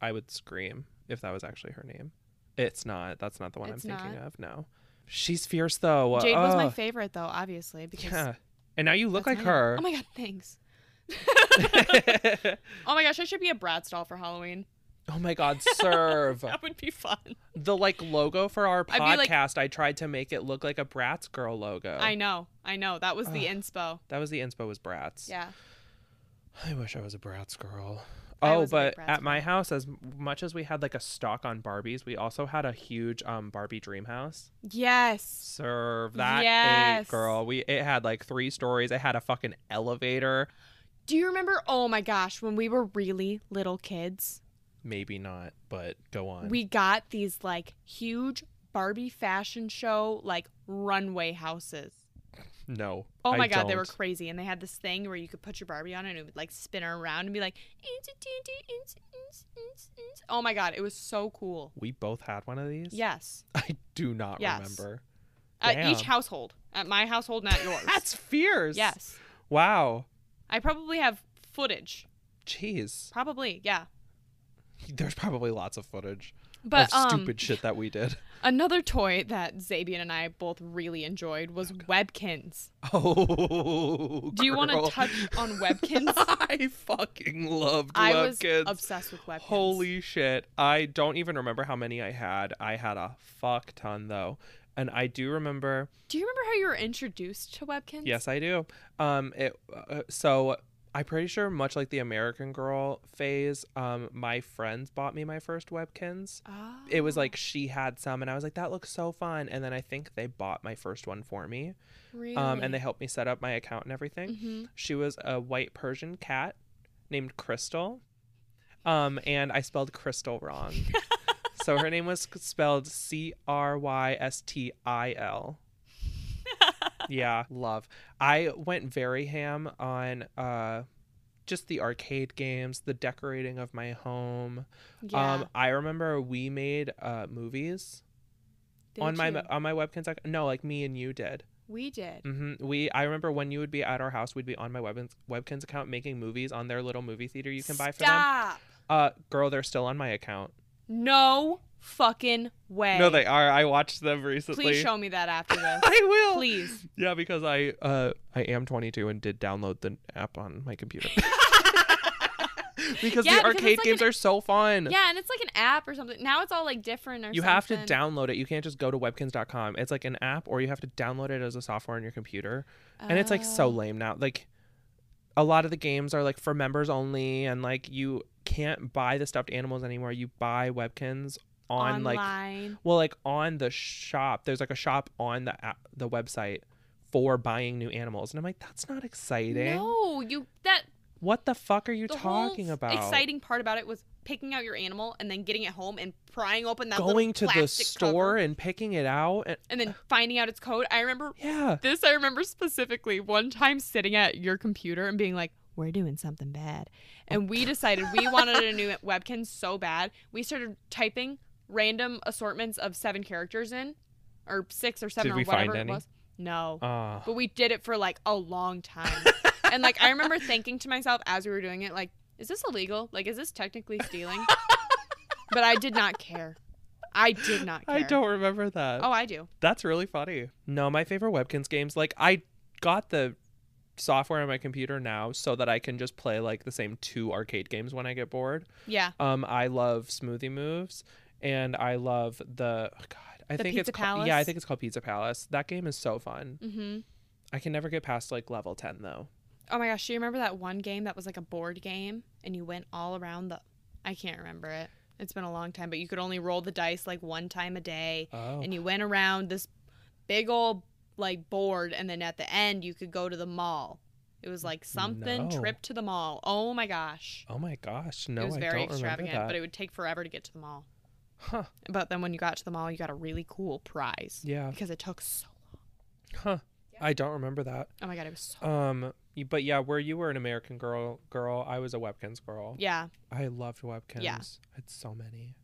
[SPEAKER 1] I would scream if that was actually her name. It's not. That's not the one
[SPEAKER 2] It's
[SPEAKER 1] I'm thinking of. No. She's fierce, though.
[SPEAKER 2] Jade was my
[SPEAKER 1] Ugh.
[SPEAKER 2] favorite though, obviously, because
[SPEAKER 1] oh. Yeah. And now you look
[SPEAKER 2] that's
[SPEAKER 1] like
[SPEAKER 2] my-
[SPEAKER 1] her.
[SPEAKER 2] Oh my god, thanks. oh my gosh, I should be a Bratz doll for Halloween.
[SPEAKER 1] oh my God, serve.
[SPEAKER 2] That would be fun.
[SPEAKER 1] the like logo for our
[SPEAKER 2] I'd be like-
[SPEAKER 1] podcast, I tried to make it look like a Bratz girl logo.
[SPEAKER 2] I know, I know. That was the
[SPEAKER 1] Oh. Ugh.
[SPEAKER 2] inspo.
[SPEAKER 1] That was the inspo was Bratz.
[SPEAKER 2] Yeah.
[SPEAKER 1] I wish I was a Bratz girl.
[SPEAKER 2] I
[SPEAKER 1] Oh,
[SPEAKER 2] was a big
[SPEAKER 1] but
[SPEAKER 2] Bratz
[SPEAKER 1] at my house, as much as we had like a stock on Barbies, we also had a huge um Barbie dream house.
[SPEAKER 2] Yes.
[SPEAKER 1] Serve that
[SPEAKER 2] Yes.
[SPEAKER 1] eight, girl. We it had like three stories. It had a fucking elevator.
[SPEAKER 2] Do you remember? Oh my gosh, when we were really little kids,
[SPEAKER 1] Maybe not, but go on.
[SPEAKER 2] we got these like huge Barbie fashion show like runway houses.
[SPEAKER 1] no.
[SPEAKER 2] Oh
[SPEAKER 1] I
[SPEAKER 2] my god, they were
[SPEAKER 1] don't.
[SPEAKER 2] crazy, and they had this thing where you could put your Barbie on it and it would like spin her around and be like, "Ince, ince, ince, ince, ince, ince." oh my god, it was so cool.
[SPEAKER 1] We both had one of these.
[SPEAKER 2] Yes,
[SPEAKER 1] I do not
[SPEAKER 2] Yes.
[SPEAKER 1] remember.
[SPEAKER 2] at each
[SPEAKER 1] Damn.
[SPEAKER 2] household, at my household and at yours.
[SPEAKER 1] That's fierce.
[SPEAKER 2] yes,
[SPEAKER 1] Wow.
[SPEAKER 2] I probably have footage.
[SPEAKER 1] Jeez.
[SPEAKER 2] Probably, yeah.
[SPEAKER 1] There's probably lots of footage
[SPEAKER 2] But
[SPEAKER 1] of
[SPEAKER 2] um,
[SPEAKER 1] stupid shit that we did.
[SPEAKER 2] another toy that Zabian and I both really enjoyed was Webkins.
[SPEAKER 1] Oh.
[SPEAKER 2] Do you want
[SPEAKER 1] girl.
[SPEAKER 2] to touch on Webkins?
[SPEAKER 1] I fucking loved
[SPEAKER 2] I was
[SPEAKER 1] Webkins.
[SPEAKER 2] obsessed with Webkins.
[SPEAKER 1] Holy shit. I don't even remember how many I had. I had a fuck ton though. And I do remember,
[SPEAKER 2] Do you remember how you were introduced to Webkins?
[SPEAKER 1] yes, I do. Um, it, uh, so I'm pretty sure, much like the American Girl phase, um, my friends bought me my first Webkins.
[SPEAKER 2] Oh.
[SPEAKER 1] It was like she had some, and I was like, "That looks so fun!" And then I think they bought my first one for me,
[SPEAKER 2] really?
[SPEAKER 1] um, and they helped me set up my account and everything.
[SPEAKER 2] Mhm.
[SPEAKER 1] She was a white Persian cat named Crystal, um, and I spelled Crystal wrong, so her name was spelled C R Y S T I L. yeah love i went very ham on uh just the arcade games the decorating of my home
[SPEAKER 2] yeah,
[SPEAKER 1] um i remember we made uh movies
[SPEAKER 2] did
[SPEAKER 1] on my uh,
[SPEAKER 2] you?
[SPEAKER 1] on my webkins ac- no like me and you did
[SPEAKER 2] we did.
[SPEAKER 1] hmm we i remember when you would be at our house we'd be on my webkins, webkins account making movies on their little movie theater you can buy for them
[SPEAKER 2] Stop.
[SPEAKER 1] uh girl they're still on my account
[SPEAKER 2] No fucking way.
[SPEAKER 1] no they are i watched them recently
[SPEAKER 2] Please show me that after this.
[SPEAKER 1] i will
[SPEAKER 2] Please.
[SPEAKER 1] yeah because i uh i am 22 and did download the app on my computer because the
[SPEAKER 2] Yeah, because it's
[SPEAKER 1] arcade
[SPEAKER 2] like
[SPEAKER 1] games
[SPEAKER 2] an-
[SPEAKER 1] are so fun.
[SPEAKER 2] Yeah, and it's like an app or something. Now it's all like different or
[SPEAKER 1] you have
[SPEAKER 2] something.
[SPEAKER 1] to download it. You can't just go to webkins.com. It's like an app or you have to download it as a software on your computer. And it's like so
[SPEAKER 2] Oh.
[SPEAKER 1] lame now. Like a lot of the games are like for members only and like you can't buy the stuffed animals anymore. You buy webkins on like
[SPEAKER 2] online.
[SPEAKER 1] well like on the shop. There's like a shop on the app, the website for buying new animals. And I'm like that's not exciting.
[SPEAKER 2] No, you that
[SPEAKER 1] What the fuck are you
[SPEAKER 2] the
[SPEAKER 1] talking
[SPEAKER 2] whole
[SPEAKER 1] about?
[SPEAKER 2] exciting part about it was picking out your animal and then getting it home and prying open that little
[SPEAKER 1] going to the
[SPEAKER 2] plastic
[SPEAKER 1] store
[SPEAKER 2] cover
[SPEAKER 1] and picking it out and
[SPEAKER 2] and then finding out its code. I remember
[SPEAKER 1] yeah
[SPEAKER 2] this I remember specifically one time sitting at your computer and being like, we're doing something bad. And we decided we wanted a new webkin so bad. We started typing random assortments of seven characters in, or six or seven
[SPEAKER 1] Did
[SPEAKER 2] or
[SPEAKER 1] we find
[SPEAKER 2] whatever
[SPEAKER 1] any?
[SPEAKER 2] it was. No.
[SPEAKER 1] uh,
[SPEAKER 2] But we did it for like a long time. and like I remember thinking to myself as we were doing it, like, is this illegal? Like, is this technically stealing? but I did not care. I did not care.
[SPEAKER 1] i don't remember that
[SPEAKER 2] Oh, I do.
[SPEAKER 1] that's really funny no my favorite webkins games like i got the software on my computer now so that i can just play like the same two arcade games when i get bored
[SPEAKER 2] Yeah.
[SPEAKER 1] um i love smoothie moves and i love the oh, god i
[SPEAKER 2] The
[SPEAKER 1] think
[SPEAKER 2] Pizza
[SPEAKER 1] it's called yeah i
[SPEAKER 2] Palace?
[SPEAKER 1] think it's called pizza palace that game is so fun
[SPEAKER 2] Mm-hmm.
[SPEAKER 1] i can never get past like level 10 though
[SPEAKER 2] Oh my gosh, do you remember that one game that was like a board game and you went all around the I can't remember it. It's been a long time, but you could only roll the dice like one time a day
[SPEAKER 1] oh
[SPEAKER 2] and you went around this big old like board and then at the end you could go to the mall. It was like something
[SPEAKER 1] No.
[SPEAKER 2] trip to the mall. Oh my gosh.
[SPEAKER 1] oh my gosh no
[SPEAKER 2] it was
[SPEAKER 1] i
[SPEAKER 2] very
[SPEAKER 1] don't remember
[SPEAKER 2] extravagant,
[SPEAKER 1] that
[SPEAKER 2] but it would take forever to get to the mall.
[SPEAKER 1] huh
[SPEAKER 2] But then when you got to the mall, you got a really cool prize
[SPEAKER 1] yeah
[SPEAKER 2] because it took so
[SPEAKER 1] Huh.
[SPEAKER 2] Yeah.
[SPEAKER 1] I don't remember that.
[SPEAKER 2] Oh my god, it was so
[SPEAKER 1] Um, y- but yeah, where you were an American girl, girl, I was a Webkins girl.
[SPEAKER 2] Yeah.
[SPEAKER 1] I loved Webkins. I had so many.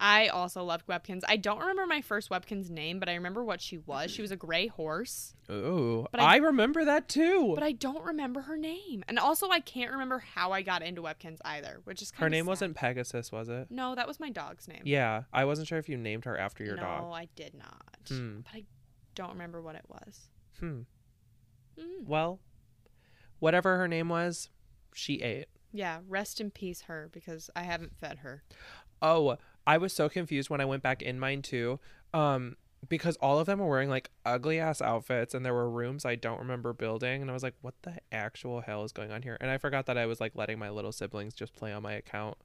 [SPEAKER 2] I also loved Webkins. I don't remember my first Webkins name, but I remember what she was. She was a gray horse,
[SPEAKER 1] Ooh,
[SPEAKER 2] But
[SPEAKER 1] I,
[SPEAKER 2] I-
[SPEAKER 1] remember that too.
[SPEAKER 2] but I don't remember her name. And also, I can't remember how I got into Webkins either, which is kind
[SPEAKER 1] Her name wasn't Pegasus, was it?
[SPEAKER 2] No, that was my dog's name.
[SPEAKER 1] Yeah, I wasn't sure if you named her after your
[SPEAKER 2] no,
[SPEAKER 1] dog.
[SPEAKER 2] I did not.
[SPEAKER 1] Hmm.
[SPEAKER 2] But I don't remember what it was.
[SPEAKER 1] Hmm.
[SPEAKER 2] Mm.
[SPEAKER 1] Well, whatever her name was, she ate.
[SPEAKER 2] Yeah, rest in peace, her, because I haven't fed her.
[SPEAKER 1] Oh, I was so confused when I went back in mine too. Um, because all of them were wearing like ugly ass outfits and there were rooms I don't remember building and I was like, what the actual hell is going on here? And I forgot that I was like letting my little siblings just play on my account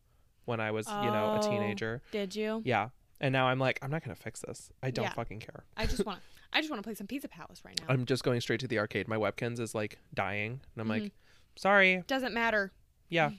[SPEAKER 1] when I was, you know, a
[SPEAKER 2] Oh.
[SPEAKER 1] teenager.
[SPEAKER 2] Did you?
[SPEAKER 1] Yeah. And now I'm like, I'm not gonna fix this. I don't
[SPEAKER 2] Yeah.
[SPEAKER 1] fucking care.
[SPEAKER 2] I just want to. I just want to play some Pizza Palace right now.
[SPEAKER 1] I'm just going straight to the arcade. My webkins is like dying and I'm
[SPEAKER 2] Mhm.
[SPEAKER 1] like, sorry.
[SPEAKER 2] Doesn't matter.
[SPEAKER 1] Yeah.
[SPEAKER 2] Mm-hmm.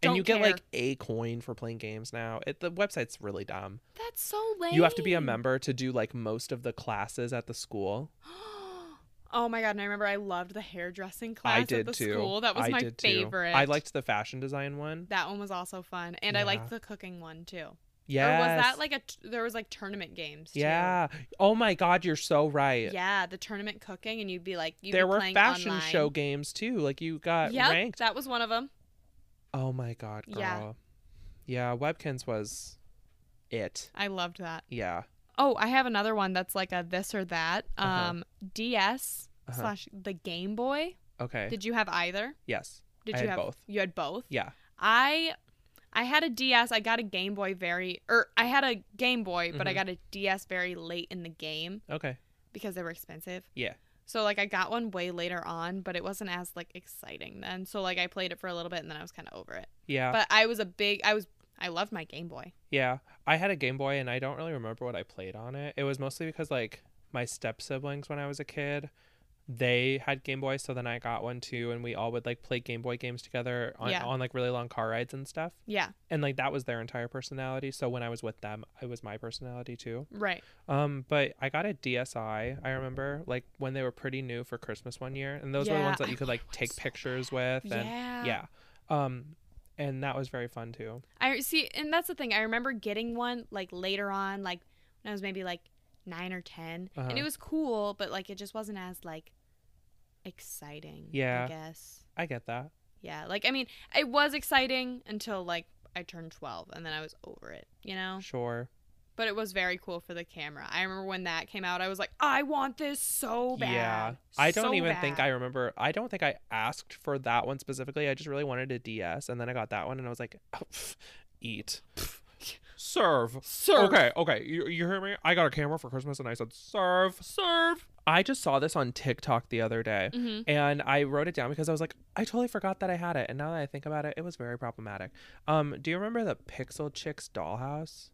[SPEAKER 2] Don't
[SPEAKER 1] and you get
[SPEAKER 2] care.
[SPEAKER 1] like a coin for playing games now. It, the website's really dumb.
[SPEAKER 2] That's so lame.
[SPEAKER 1] You have to be a member to do like most of the classes at the school.
[SPEAKER 2] oh my god! And I remember I loved the hairdressing class
[SPEAKER 1] I did
[SPEAKER 2] at the
[SPEAKER 1] too.
[SPEAKER 2] school. That was
[SPEAKER 1] I
[SPEAKER 2] my
[SPEAKER 1] did too.
[SPEAKER 2] favorite.
[SPEAKER 1] I liked the fashion design one.
[SPEAKER 2] that one was also fun, and I
[SPEAKER 1] Yeah.
[SPEAKER 2] liked the cooking one too.
[SPEAKER 1] Yeah.
[SPEAKER 2] Or was that like a? T- there was like tournament games. Too.
[SPEAKER 1] Yeah. Oh my God, you're so right.
[SPEAKER 2] Yeah, the tournament cooking, and you'd be like, you'd
[SPEAKER 1] there
[SPEAKER 2] be
[SPEAKER 1] were
[SPEAKER 2] playing
[SPEAKER 1] fashion
[SPEAKER 2] online.
[SPEAKER 1] show games too. Like you got
[SPEAKER 2] Yep,
[SPEAKER 1] ranked.
[SPEAKER 2] that was one of them.
[SPEAKER 1] Oh my God, girl.
[SPEAKER 2] Yeah.
[SPEAKER 1] Yeah, Webkins was it.
[SPEAKER 2] I loved that.
[SPEAKER 1] Yeah.
[SPEAKER 2] Oh, I have another one that's like a this or that.
[SPEAKER 1] Uh-huh.
[SPEAKER 2] Um, DS
[SPEAKER 1] Uh-huh.
[SPEAKER 2] slash the Game Boy.
[SPEAKER 1] Okay.
[SPEAKER 2] Did you have either?
[SPEAKER 1] yes.
[SPEAKER 2] Did
[SPEAKER 1] I
[SPEAKER 2] you
[SPEAKER 1] had
[SPEAKER 2] have
[SPEAKER 1] both.
[SPEAKER 2] You had both.
[SPEAKER 1] Yeah.
[SPEAKER 2] I I had a DS. I got a Game Boy very or I had a Game Boy, but I
[SPEAKER 1] Mhm.
[SPEAKER 2] got a DS very late in the game
[SPEAKER 1] Okay.
[SPEAKER 2] because they were expensive.
[SPEAKER 1] Yeah.
[SPEAKER 2] So like I got one way later on, but it wasn't as like exciting then. So like I played it for a little bit and then I was kind of over it.
[SPEAKER 1] Yeah.
[SPEAKER 2] But I was a big I was I loved my Game Boy.
[SPEAKER 1] Yeah, I had a Game Boy and I don't really remember what I played on it. It was mostly because like my step siblings when I was a kid, they had Game Boy, so then I got one too, and we all would like play Game Boy games together on,
[SPEAKER 2] Yeah.
[SPEAKER 1] on like really long car rides and stuff.
[SPEAKER 2] Yeah.
[SPEAKER 1] And like that was their entire personality. So when I was with them, it was my personality too.
[SPEAKER 2] Right.
[SPEAKER 1] Um, but I got a DSI. I remember like when they were pretty new for Christmas one year, and those were the
[SPEAKER 2] Yeah,
[SPEAKER 1] ones that
[SPEAKER 2] I
[SPEAKER 1] you could
[SPEAKER 2] wanted
[SPEAKER 1] like
[SPEAKER 2] one
[SPEAKER 1] take
[SPEAKER 2] so
[SPEAKER 1] pictures with. And
[SPEAKER 2] yeah.
[SPEAKER 1] yeah, um, and that was very fun too.
[SPEAKER 2] I see and that's the thing. I remember getting one like later on like when I was maybe like 9 or 10
[SPEAKER 1] Uh-huh.
[SPEAKER 2] and it was cool, but like it just wasn't as like exciting,
[SPEAKER 1] Yeah.
[SPEAKER 2] I guess.
[SPEAKER 1] I get that.
[SPEAKER 2] Yeah. Like I mean, it was exciting until like I turned 12 and then I was over it, you know?
[SPEAKER 1] Sure.
[SPEAKER 2] But it was very cool for the camera. I remember when that came out, I was like, I want this so bad.
[SPEAKER 1] I don't
[SPEAKER 2] so
[SPEAKER 1] even think
[SPEAKER 2] bad."
[SPEAKER 1] I remember. I don't think I asked for that one specifically. I just really wanted a DS, and then I got that one, and I was like, oh, pff, "Eat, Pff, serve,
[SPEAKER 2] Sir.
[SPEAKER 1] Okay, okay, you, you hear me? I got a camera for Christmas, and I said, "Serve, serve." I just saw this on TikTok the other day,
[SPEAKER 2] Mhm.
[SPEAKER 1] and I wrote it down because I was like, I totally forgot that I had it, and now that I think about it, it was very problematic. Um, do you remember the Pixel Chicks dollhouse?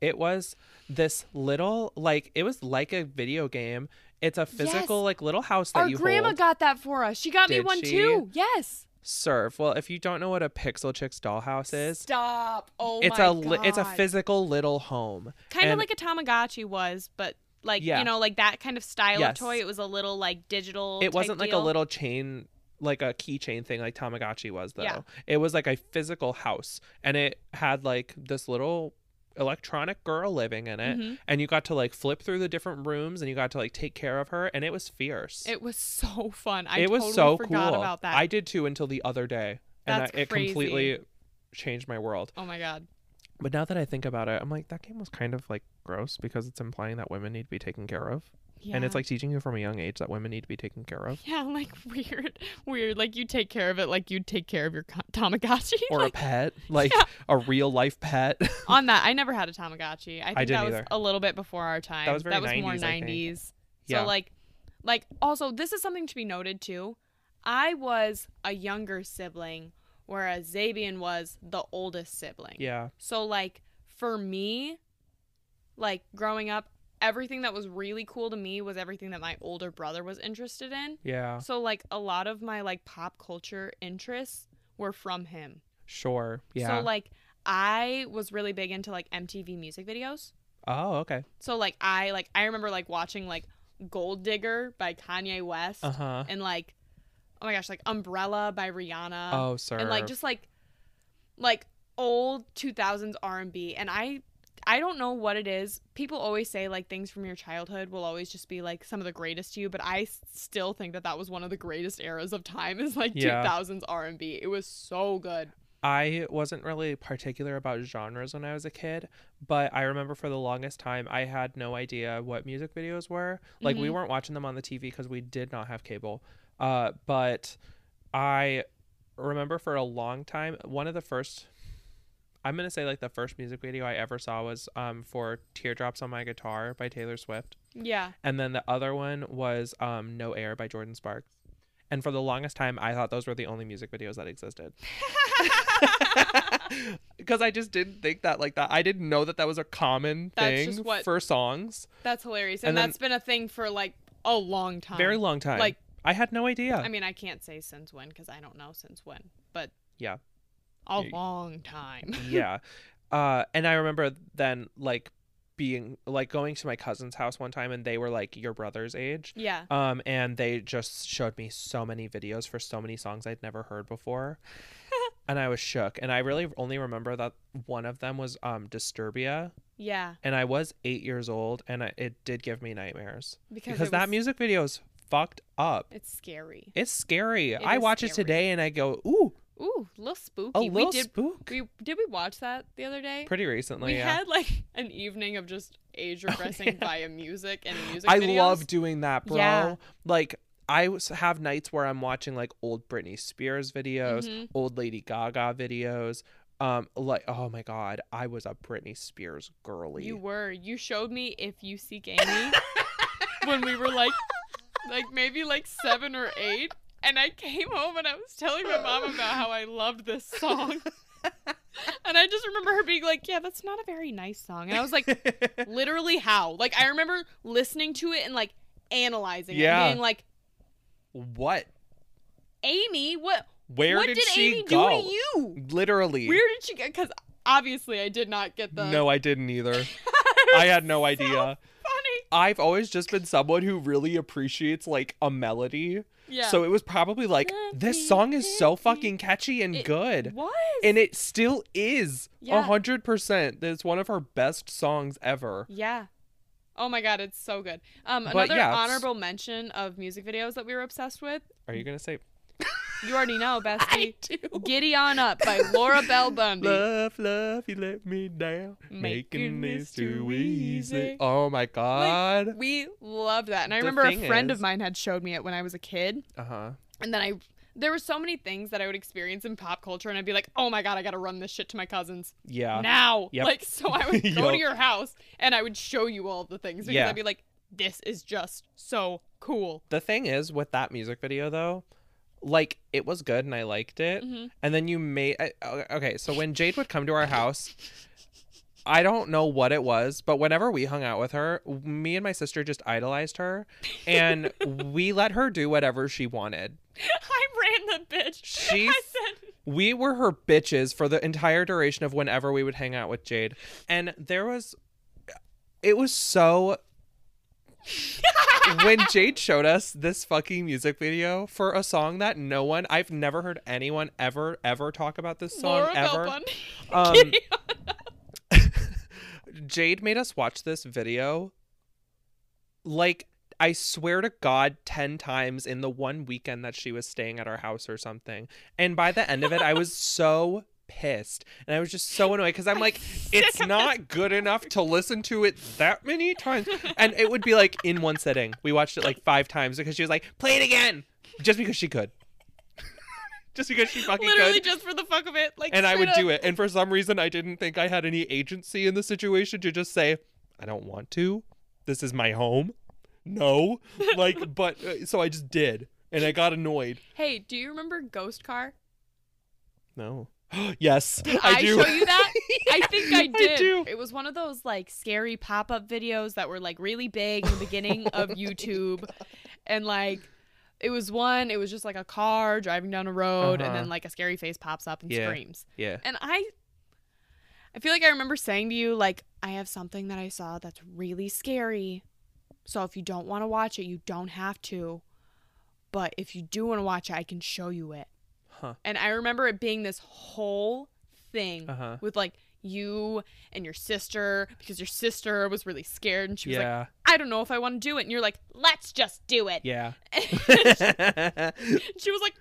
[SPEAKER 1] It was this little like it was like a video game. It's a physical
[SPEAKER 2] Yes.
[SPEAKER 1] like little house that
[SPEAKER 2] Our
[SPEAKER 1] you
[SPEAKER 2] grandma
[SPEAKER 1] hold.
[SPEAKER 2] got that for us. She got me
[SPEAKER 1] Did
[SPEAKER 2] one
[SPEAKER 1] she?
[SPEAKER 2] too. Yes.
[SPEAKER 1] Serve. Well, if you don't know what a Pixel Chicks dollhouse is,
[SPEAKER 2] Stop. Oh
[SPEAKER 1] it's
[SPEAKER 2] my
[SPEAKER 1] a li- it's a
[SPEAKER 2] God.
[SPEAKER 1] physical little home.
[SPEAKER 2] kind
[SPEAKER 1] and-
[SPEAKER 2] of like a Tamagotchi was, but like
[SPEAKER 1] Yeah.
[SPEAKER 2] you know, like that kind of style
[SPEAKER 1] Yes.
[SPEAKER 2] of toy. It was a little like digital.
[SPEAKER 1] It
[SPEAKER 2] type
[SPEAKER 1] wasn't like
[SPEAKER 2] deal.
[SPEAKER 1] a little chain like a keychain thing like Tamagotchi was though.
[SPEAKER 2] Yeah.
[SPEAKER 1] It was like a physical house and it had like this little electronic girl living in it
[SPEAKER 2] Mhm.
[SPEAKER 1] and you got to like flip through the different rooms and you got to like take care of her and it was fierce.
[SPEAKER 2] It was so fun. I
[SPEAKER 1] it was
[SPEAKER 2] totally
[SPEAKER 1] so
[SPEAKER 2] forgot
[SPEAKER 1] cool.
[SPEAKER 2] about that.
[SPEAKER 1] I did too until the other day, and I,
[SPEAKER 2] That's
[SPEAKER 1] it completely changed my world.
[SPEAKER 2] oh my god.
[SPEAKER 1] But now that I think about it, I'm like that game was kind of like gross because it's implying that women need to be taken care of,
[SPEAKER 2] Yeah.
[SPEAKER 1] and it's like teaching you from a young age that women need to be taken care of,
[SPEAKER 2] Yeah, like weird, weird. Like you take care of it, like you take care of your co- Tamagotchi.
[SPEAKER 1] or a
[SPEAKER 2] like,
[SPEAKER 1] pet, like
[SPEAKER 2] Yeah.
[SPEAKER 1] a real life pet.
[SPEAKER 2] on that, I never had a Tamagotchi. I think
[SPEAKER 1] didn't
[SPEAKER 2] that was
[SPEAKER 1] either.
[SPEAKER 2] a little bit before our time.
[SPEAKER 1] was very
[SPEAKER 2] that was
[SPEAKER 1] 90s,
[SPEAKER 2] more
[SPEAKER 1] I think.
[SPEAKER 2] nineties.
[SPEAKER 1] Yeah.
[SPEAKER 2] So like, like also this is something to be noted too. I was a younger sibling, whereas Zabian was the oldest sibling.
[SPEAKER 1] yeah,
[SPEAKER 2] So like for me, like growing up, everything that was really cool to me was everything that my older brother was interested in.
[SPEAKER 1] yeah,
[SPEAKER 2] So like a lot of my like pop culture interests were from him.
[SPEAKER 1] sure, yeah.
[SPEAKER 2] So like I was really big into like MTV music videos.
[SPEAKER 1] oh, okay.
[SPEAKER 2] So like I like I remember like watching like Gold Digger by Kanye West
[SPEAKER 1] Uh huh.
[SPEAKER 2] and like oh my gosh like Umbrella by Rihanna
[SPEAKER 1] Oh, sir.
[SPEAKER 2] and like just like like old 2000s R&B and I I don't know what it is. People always say like things from your childhood will always just be like some of the greatest to you, but I s- still think that that was one of the greatest eras of time is like
[SPEAKER 1] Yeah.
[SPEAKER 2] 2000s R&B. It was so good.
[SPEAKER 1] I wasn't really particular about genres when I was a kid, but I remember for the longest time I had no idea what music videos were. Like we
[SPEAKER 2] Mhm.
[SPEAKER 1] weren't watching them on the TV because we did not have cable. Uh, but I remember for a long time one of the first I'm gonna say like the first music video I ever saw was um for Teardrops on My Guitar by Taylor Swift.
[SPEAKER 2] Yeah.
[SPEAKER 1] And then the other one was um No Air by Jordan Sparks. And for the longest time I thought those were the only music videos that existed because I just didn't think that like that. I didn't know that that was a common
[SPEAKER 2] That's
[SPEAKER 1] thing
[SPEAKER 2] just what-
[SPEAKER 1] for songs.
[SPEAKER 2] that's hilarious. And,
[SPEAKER 1] And then-
[SPEAKER 2] that's been a thing for like a long time.
[SPEAKER 1] Very long time.
[SPEAKER 2] like-
[SPEAKER 1] I had no idea.
[SPEAKER 2] I mean, I can't say since when cuz I don't know since when, but
[SPEAKER 1] Yeah.
[SPEAKER 2] A
[SPEAKER 1] Y-
[SPEAKER 2] long time.
[SPEAKER 1] yeah, uh, and I remember then like being like going to my cousin's house one time, and they were like your brother's age.
[SPEAKER 2] Yeah.
[SPEAKER 1] Um, and they just showed me so many videos for so many songs I'd never heard before. and I was shook. And I really only remember that one of them was um Disturbia.
[SPEAKER 2] Yeah.
[SPEAKER 1] And I was eight years old, and I, it did give me nightmares.
[SPEAKER 2] Because,
[SPEAKER 1] because
[SPEAKER 2] it
[SPEAKER 1] that
[SPEAKER 2] was-
[SPEAKER 1] music video is fucked up.
[SPEAKER 2] It's scary.
[SPEAKER 1] It's scary. I
[SPEAKER 2] is
[SPEAKER 1] watch it
[SPEAKER 2] scary.
[SPEAKER 1] today and I go, ooh,
[SPEAKER 2] Ooh, little spooky.
[SPEAKER 1] a little
[SPEAKER 2] we did
[SPEAKER 1] spook.
[SPEAKER 2] we did we watch that the other day?
[SPEAKER 1] Pretty recently,
[SPEAKER 2] we
[SPEAKER 1] yeah. Oh,
[SPEAKER 2] had like an evening of just age regressing
[SPEAKER 1] yeah.
[SPEAKER 2] via music and music.
[SPEAKER 1] I
[SPEAKER 2] videos.
[SPEAKER 1] love doing that, bro.
[SPEAKER 2] Yeah.
[SPEAKER 1] Like I s- have nights where I'm watching like old Britney Spears videos,
[SPEAKER 2] Mhm.
[SPEAKER 1] old Lady Gaga videos. Um, like oh my god, I was a Britney Spears girly.
[SPEAKER 2] You were. You showed me if you seek Amy when we were like like maybe like seven or eight. And I came home and I was telling my mom about how I loved this song. And I just remember her being like, Yeah, that's not a very nice song. And I was like, literally how? Like I remember listening to it and like analyzing it
[SPEAKER 1] Yeah.
[SPEAKER 2] and being like,
[SPEAKER 1] what?
[SPEAKER 2] Amy, what
[SPEAKER 1] Where
[SPEAKER 2] what
[SPEAKER 1] did,
[SPEAKER 2] did,
[SPEAKER 1] she
[SPEAKER 2] Amy
[SPEAKER 1] go?
[SPEAKER 2] do to you?
[SPEAKER 1] Literally.
[SPEAKER 2] Where did she get because obviously I did not get the
[SPEAKER 1] No, I didn't either. I uh, had no idea.
[SPEAKER 2] funny.
[SPEAKER 1] I've always just been someone who really appreciates like a melody.
[SPEAKER 2] Yeah.
[SPEAKER 1] So it was probably like this song is so fucking catchy and
[SPEAKER 2] It
[SPEAKER 1] good.
[SPEAKER 2] was
[SPEAKER 1] And it still is a
[SPEAKER 2] Yeah.
[SPEAKER 1] hundred percent. It's one of her best songs ever.
[SPEAKER 2] Yeah. Oh my god, it's so good. Um,
[SPEAKER 1] But
[SPEAKER 2] another
[SPEAKER 1] yeah, it's-
[SPEAKER 2] honorable mention of music videos that we were obsessed with.
[SPEAKER 1] Are you gonna say
[SPEAKER 2] You already know, Bestie.
[SPEAKER 1] do?
[SPEAKER 2] Giddy on up by Laura Bell Bundy.
[SPEAKER 1] Love, love, you let me down. Making
[SPEAKER 2] Making this
[SPEAKER 1] this too
[SPEAKER 2] too easy.
[SPEAKER 1] easy. Oh my
[SPEAKER 2] Like,
[SPEAKER 1] god.
[SPEAKER 2] we love that, and I
[SPEAKER 1] The
[SPEAKER 2] remember a
[SPEAKER 1] thing
[SPEAKER 2] friend of
[SPEAKER 1] is-
[SPEAKER 2] mine had showed me it when I was a kid,
[SPEAKER 1] uh huh.
[SPEAKER 2] and then I there were so many things that I would experience in pop culture, and I'd be like, oh my god, I gotta run this shit to my cousins
[SPEAKER 1] Yeah.
[SPEAKER 2] now.
[SPEAKER 1] Yep.
[SPEAKER 2] Like, so I would go to
[SPEAKER 1] Yup.
[SPEAKER 2] your house and I would show you all the things because
[SPEAKER 1] Yeah.
[SPEAKER 2] I'd be like, this is just so cool.
[SPEAKER 1] the thing is with that music video though, like it was good and I liked it.
[SPEAKER 2] Mhm.
[SPEAKER 1] And then you made I, o- okay. So when Jade would come to our house, I don't know what it was, but whenever we hung out with her, me and my sister just idolized her, and we let her do whatever she wanted.
[SPEAKER 2] I ran the bitch.
[SPEAKER 1] She
[SPEAKER 2] I said,
[SPEAKER 1] we were her bitches for the entire duration of whenever we would hang out with Jade. And there was it was so when Jade showed us this fucking music video for a song that no one I've never heard anyone ever ever talk about this song
[SPEAKER 2] Laura Bell
[SPEAKER 1] ever.
[SPEAKER 2] Bundy.
[SPEAKER 1] Um, Jade made us watch this video like I swear to God, 10 times in the one weekend that she was staying at our house or something. And by the end of it, I was so pissed. And I was just so annoyed because I'm like, it's not good enough to listen to it that many times. And it would be like in one sitting. We watched it like five times because she was like, play it again. Just because she could. just because she fucking
[SPEAKER 2] Literally
[SPEAKER 1] could
[SPEAKER 2] just for the fuck of it. Like,
[SPEAKER 1] and I would do
[SPEAKER 2] it.
[SPEAKER 1] it. And for some reason, I didn't think I had any agency in the situation to just say, I don't want to. This is my home. No. Like, but uh, so I just did. And I got annoyed.
[SPEAKER 2] Hey, do you remember Ghost Car?
[SPEAKER 1] No. yes.
[SPEAKER 2] Did
[SPEAKER 1] I, do.
[SPEAKER 2] show you that? I think I
[SPEAKER 1] I
[SPEAKER 2] did.
[SPEAKER 1] do.
[SPEAKER 2] It was one of those like scary pop-up videos that were like really big in the beginning
[SPEAKER 1] Oh
[SPEAKER 2] of YouTube, and like it was one. It was just like a car driving down a road, and
[SPEAKER 1] Uh-huh.
[SPEAKER 2] then like a scary face pops up and
[SPEAKER 1] Yeah.
[SPEAKER 2] screams.
[SPEAKER 1] yeah.
[SPEAKER 2] And I, I feel like I remember saying to you like, I have something that I saw that's really scary. So if you don't want to watch it, you don't have to. But if you do want to watch it, I can show you it.
[SPEAKER 1] Huh.
[SPEAKER 2] And I remember it being this whole thing
[SPEAKER 1] Uh huh.
[SPEAKER 2] with like you and your sister because your sister was really scared and she was like,
[SPEAKER 1] Yeah.
[SPEAKER 2] I don't know if I want to do it. And you're like, let's just do it.
[SPEAKER 1] yeah.
[SPEAKER 2] she was like,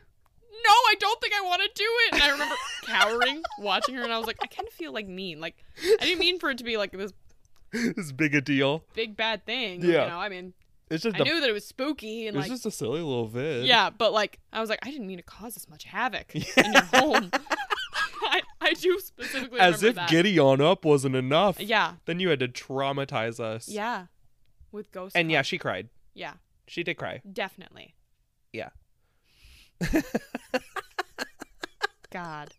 [SPEAKER 2] no, I don't think I want to do it. And I remember cowering, watching her, and I was like, I kind of feel like mean. Like, I didn't mean for it to be like this
[SPEAKER 1] it's big a deal.
[SPEAKER 2] big bad thing.
[SPEAKER 1] Yeah.
[SPEAKER 2] You know, I mean,
[SPEAKER 1] It's just
[SPEAKER 2] I knew that it was spooky and like,
[SPEAKER 1] just a silly little vid.
[SPEAKER 2] yeah, but like, I was like, I didn't mean to cause this much havoc in your home. I, I do specifically
[SPEAKER 1] As
[SPEAKER 2] remember
[SPEAKER 1] if
[SPEAKER 2] that.
[SPEAKER 1] giddy on up wasn't enough.
[SPEAKER 2] yeah,
[SPEAKER 1] Then you had to traumatize us.
[SPEAKER 2] yeah, with ghost.
[SPEAKER 1] And yeah,
[SPEAKER 2] Hunt.
[SPEAKER 1] she cried.
[SPEAKER 2] yeah,
[SPEAKER 1] She did cry.
[SPEAKER 2] definitely.
[SPEAKER 1] Yeah.
[SPEAKER 2] God,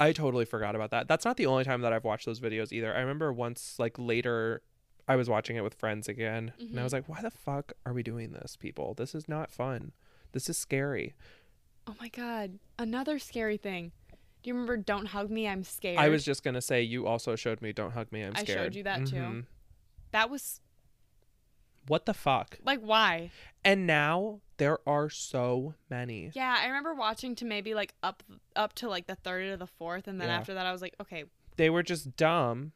[SPEAKER 1] I totally forgot about that. That's not the only time that I've watched those videos either. I remember once, like later, I was watching it with friends again, and
[SPEAKER 2] Mhm.
[SPEAKER 1] I was like, "Why the fuck are we doing this, people? This is not fun. This is scary."
[SPEAKER 2] oh my God, another scary thing. Do you remember? Don't hug me, I'm scared.
[SPEAKER 1] I was just gonna say, you also showed me "Don't hug me, I'm
[SPEAKER 2] I showed
[SPEAKER 1] scared."
[SPEAKER 2] you that too.
[SPEAKER 1] Mhm.
[SPEAKER 2] That was
[SPEAKER 1] What the fuck?
[SPEAKER 2] like why?
[SPEAKER 1] And now there are so many.
[SPEAKER 2] Yeah, I remember watching to maybe like up up to like the third or the fourth, and then
[SPEAKER 1] Yeah.
[SPEAKER 2] after that, I was like, okay,
[SPEAKER 1] They were just dumb,